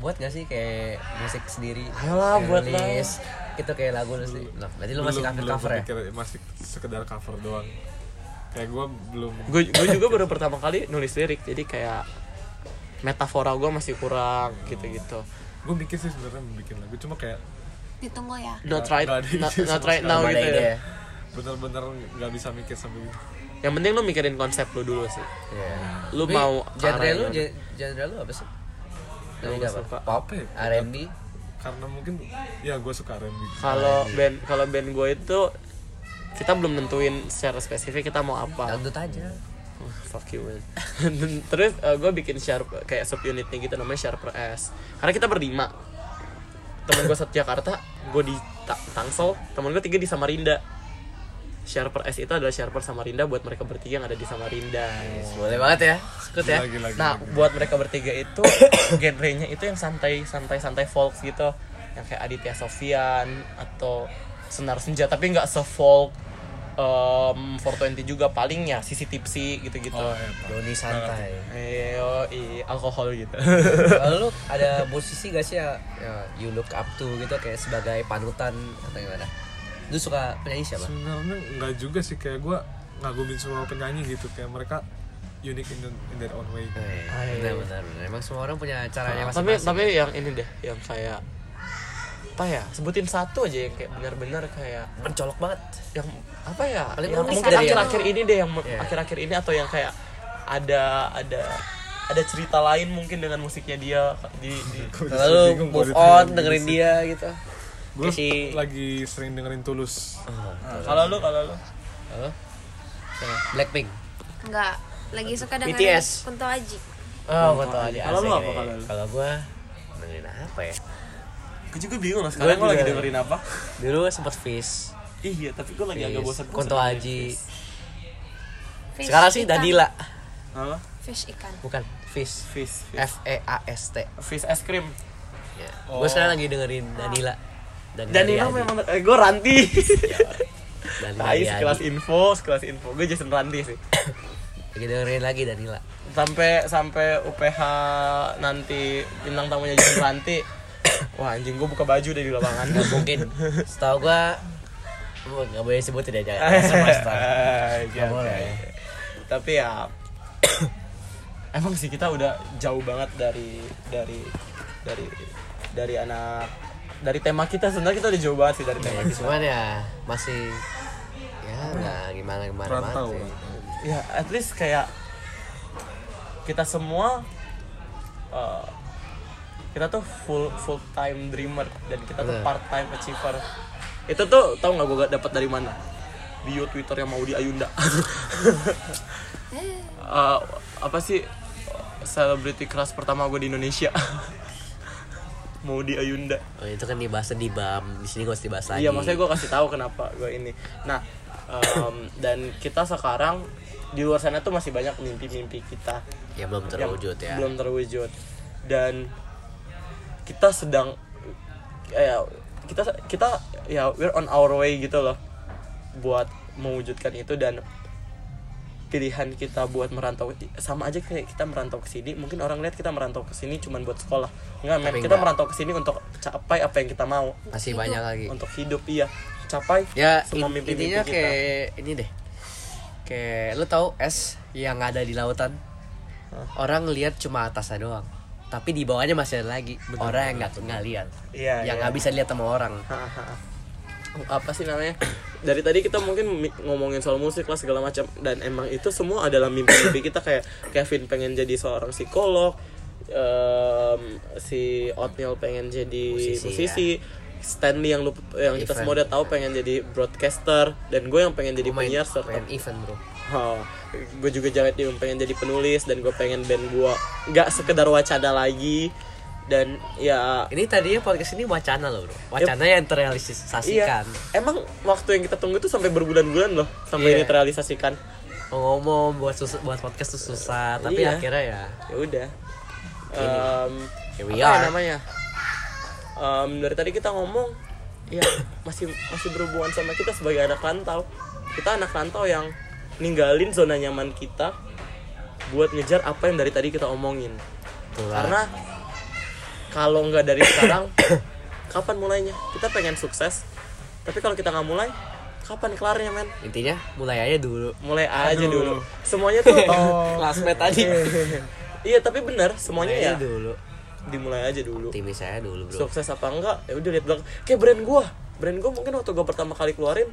B: buat gak sih kayak musik sendiri?
F: Ayolah,
B: Kayak
F: buat lah.
B: rilis, Itu kayak lagu lu sih. Nah, berarti lu masih
D: Belum-
B: cover
D: belum
B: cover ya?
D: berpikir- masih sekedar cover doang kayak gue belum
F: gue gue juga baru pertama kali nulis lirik jadi kayak metafora gue masih kurang gitu-gitu
D: gue mikir sih sebenarnya mau bikin lagu cuma kayak
E: ditunggu ya
F: not right
D: Nggak ada ide
F: not,
D: sama
F: not right
D: sekali.
F: now
B: Gak ada
F: gitu
B: ide
F: ya
D: bener-bener nggak bisa mikir sampai gitu
F: yang penting lu mikirin konsep lu dulu sih
B: Iya.
F: lu
B: Tapi
F: mau
B: genre
F: arahnya
B: lu
F: mana?
B: gen- genre lu apa sih? Lu
F: Yang
B: apa?
F: suka.
B: Pop,
D: Apa ya?
B: R&B,
D: karena mungkin ya gue suka R&B
F: kalau band kalau band gue itu kita belum nentuin secara spesifik kita mau apa
B: dangdut aja.
F: Oh, fuck you man terus eh, gue bikin sharp kayak sub unitnya gitu namanya sharper S karena kita berlima temen gue satu Jakarta gue di Ta- Tangsel temen gue tiga di Samarinda sharper S itu adalah sharper Samarinda buat mereka bertiga yang ada di Samarinda
B: Boleh banget ya. Sekut ya.
D: lagi lagi
F: Nah, buat mereka bertiga itu genrenya itu yang santai santai santai folk gitu, yang kayak Aditya Sofian atau Senar Senja tapi nggak se folk um, 420 juga palingnya sisi tipsi gitu-gitu.
D: oh ya Pak.
B: Doni santai.
F: Eo, i, alkohol gitu.
B: Kalau lu ada musisi gak sih ya, ya you look up to gitu kayak sebagai panutan atau gimana? Lu suka penyanyi siapa?
D: sebenarnya nggak juga sih kayak gue ngagumin semua penyanyi gitu kayak mereka unique in, the- in their own way
B: Eh,
F: Hai.
B: Benar-benar. Emang semua orang punya caranya
F: Nah, Ah, iya. tapi
B: masing-masing.
F: tapi yang ini deh, yang kayak apa ya? Sebutin satu aja yang kayak benar-benar kayak
B: mencolok banget.
F: yang apa ya
B: Paling
F: yang
B: unik
F: mungkin
B: dari
F: akhir-akhir ini deh yang
B: Iya.
F: akhir-akhir ini atau yang kayak ada ada ada cerita lain mungkin dengan musiknya dia di, di
B: Lalu move on dengerin dia gitu.
D: gue
B: Kasih-
D: lagi sering dengerin Tulus
F: kalau lu kalau lu
B: Halo? Blackpink.
E: nggak lagi suka dengan
B: BTS.
E: Kunto Aji
B: Oh, betul aja.
F: Kalau lu
B: asik
F: apa,
B: nih.
F: kalau lu?
B: Kalau gua dengerin apa ya?
F: gue juga bingung lah sekarang
B: Gua
F: gue lagi
B: juga.
F: dengerin apa
B: Dulu sempet Fish.
F: iya tapi gue lagi agak
B: Fish,
F: bosan
B: Kunto Aji.
E: Fish
B: Sekarang sih
E: ikan.
B: Dadila.
F: apa
E: fish ikan
B: Bukan. Fish.
F: Fizz Fizz.
B: F E A S T.
F: Fizz es krim.
B: Ya.
F: Oh.
B: Gue sekarang lagi dengerin Danila. Danila
F: Dan Nino
B: Riyadi.
F: memang eh, gue Ranti.
B: Danila
F: Tai
B: Riyadi.
F: sekelas info, sekelas info. Gue Jason Ranti sih.
B: Lagi dengerin lagi Danila.
F: Sampai sampai UPH nanti bintang tamunya Jason Ranti. Wah anjing gue buka baju dari lapangan.
B: Gak mungkin. Setahu gue nggak boleh sebut tidak jangan.
F: Eh,
B: Gak
F: oke,
B: boleh.
F: oke. Tapi ya emang sih kita udah jauh banget dari dari dari dari anak dari tema kita sebenarnya kita udah jauh banget sih dari tema
B: Ya,
F: kita.
B: cuman ya masih ya nggak gimana gimana
D: Rantau.
B: banget. sih.
F: Ya at least kayak kita semua eh, kita tuh full full time dreamer dan kita tuh
B: Bener.
F: part time achiever. Itu tuh tau nggak gue dapat dari mana? Bio Twitternya Maudi Ayunda. Eh, apa sih selebriti keras pertama gue di Indonesia? Maudi Ayunda.
B: Oh, itu kan dibahasnya di BAM. Di sini gue harus dibahas lagi.
F: Iya, maksudnya gue kasih tahu kenapa gue ini. Nah, em, dan kita sekarang di luar sana tuh masih banyak mimpi-mimpi kita
B: ya belum
F: yang
B: terwujud ya.
F: belum terwujud dan kita sedang ya kita kita ya we're on our way gitu loh buat mewujudkan itu dan pilihan kita buat merantau sama aja kayak kita merantau ke sini mungkin orang lihat kita merantau ke sini cuman buat sekolah enggak men
B: Tapi
F: kita
B: enggak.
F: merantau ke sini untuk capai apa yang kita mau
B: Masih banyak lagi.
F: untuk hidup iya capai
B: ya
F: semua
B: in-
F: mimpi-mimpi
B: intinya
F: kita.
B: kayak ini deh kayak lu tahu es yang ada di lautan orang lihat cuma atasnya doang tapi di bawahnya masih ada lagi orang yang nggak nggak lihat yang
F: Iya, iya.
B: nggak bisa lihat sama orang
F: Hahaha. apa sih namanya dari tadi kita mungkin mi- ngomongin soal musik lah segala macam dan emang itu semua adalah mimpi-mimpi kita kayak Kevin pengen jadi seorang psikolog em, si Otniel pengen jadi musisi,
B: Musisi, ya.
F: Stanley yang lu yang kita
B: Event.
F: semua udah tahu pengen jadi broadcaster dan gue yang pengen jadi
B: Gua main-
F: penyiar serta
B: main event bro
F: gue juga jangan yang pengen jadi penulis dan gue pengen band gue nggak sekedar wacana lagi dan ya
B: ini tadinya podcast ini wacana loh bro wacana yang terrealisasikan
F: Iya. Emang waktu yang kita tunggu itu sampai berbulan-bulan loh sampai
B: Iya.
F: ini terrealisasikan.
B: Mau ngomong buat sus- buat podcast tuh susah tapi
F: Iya.
B: akhirnya ya
F: Ya udah. Em,
B: Here we
F: apa ya
B: are.
F: namanya? Em, dari tadi kita ngomong ya masih masih berhubungan sama kita sebagai anak rantau. Kita anak rantau yang ninggalin zona nyaman kita buat ngejar apa yang dari tadi kita omongin.
B: Betul lah.
F: Karena kalau nggak dari sekarang, kapan mulainya? Kita pengen sukses, tapi kalau kita nggak mulai, kapan kelarnya men?
B: intinya mulai aja dulu
F: mulai aja dulu semuanya tuh
B: classmate tadi
F: iya tapi benar semuanya
B: mulai
F: ya
B: aja dulu
F: dimulai aja dulu
B: optimis saya dulu bro
F: sukses apa enggak ya udah lihat belakang kayak brand gua brand gua mungkin waktu gua pertama kali keluarin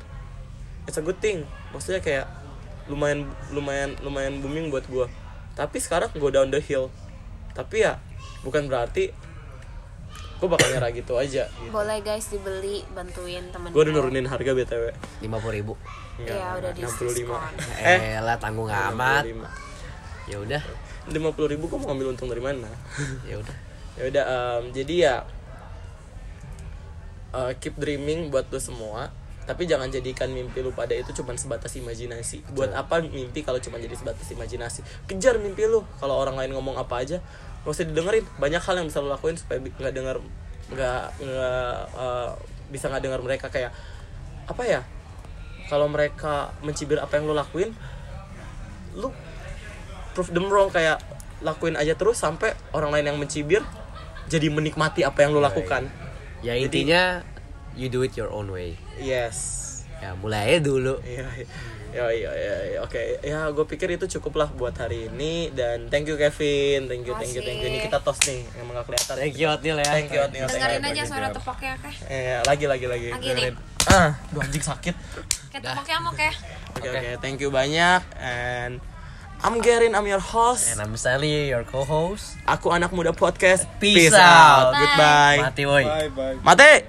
F: it's a good thing maksudnya kayak lumayan lumayan lumayan booming buat gua tapi sekarang gua down the hill tapi ya bukan berarti gua bakal nyerah gitu aja
E: Boleh guys dibeli bantuin temen
F: gua udah nurunin harga btw
B: lima puluh ribu
E: Ya, udah di
F: 65 eh
B: eh lah tanggung amat ya udah
F: lima puluh ribu gua mau ngambil untung dari mana
B: ya udah
F: ya udah em, jadi ya eh, keep dreaming buat lo semua tapi jangan jadikan mimpi lu pada itu cuman sebatas imajinasi buat apa mimpi kalau cuma jadi sebatas imajinasi kejar mimpi lu kalau orang lain ngomong apa aja nggak usah didengerin banyak hal yang bisa lo lakuin supaya bi- nggak dengar nggak nggak eh, bisa nggak dengar mereka kayak apa ya kalau mereka mencibir apa yang lo lakuin lu prove them wrong kayak lakuin aja terus sampai orang lain yang mencibir jadi menikmati apa yang lo
B: Iya,
F: lakukan
B: ya intinya you do it your own way
F: yes
B: ya mulai aja dulu
F: Iya, iya, iya, iya, iya. oke. Ya, gue pikir itu cukup lah buat hari ini dan thank you Kevin, thank you, thank you, thank you. Ini kita tos nih, emang gak kelihatan.
B: thank you Otnil ya
F: Thank you, Otnil. Thank
E: Dengerin
F: you.
E: aja suara tepoknya keh.
F: Eh, lagi, lagi,
E: Lagi
F: lagi. Dengerin.
E: nih.
F: Ah, duh anjing sakit.
E: Kayak tepoknya ya. mau keh.
F: Oke, oke. Thank you banyak and I'm Gerin, I'm your host.
B: and I'm Sally your co-host
F: Aku anak muda podcast.
B: Peace out.
E: Bye.
F: Goodbye.
B: mati woi
D: Bye bye.
F: Mati.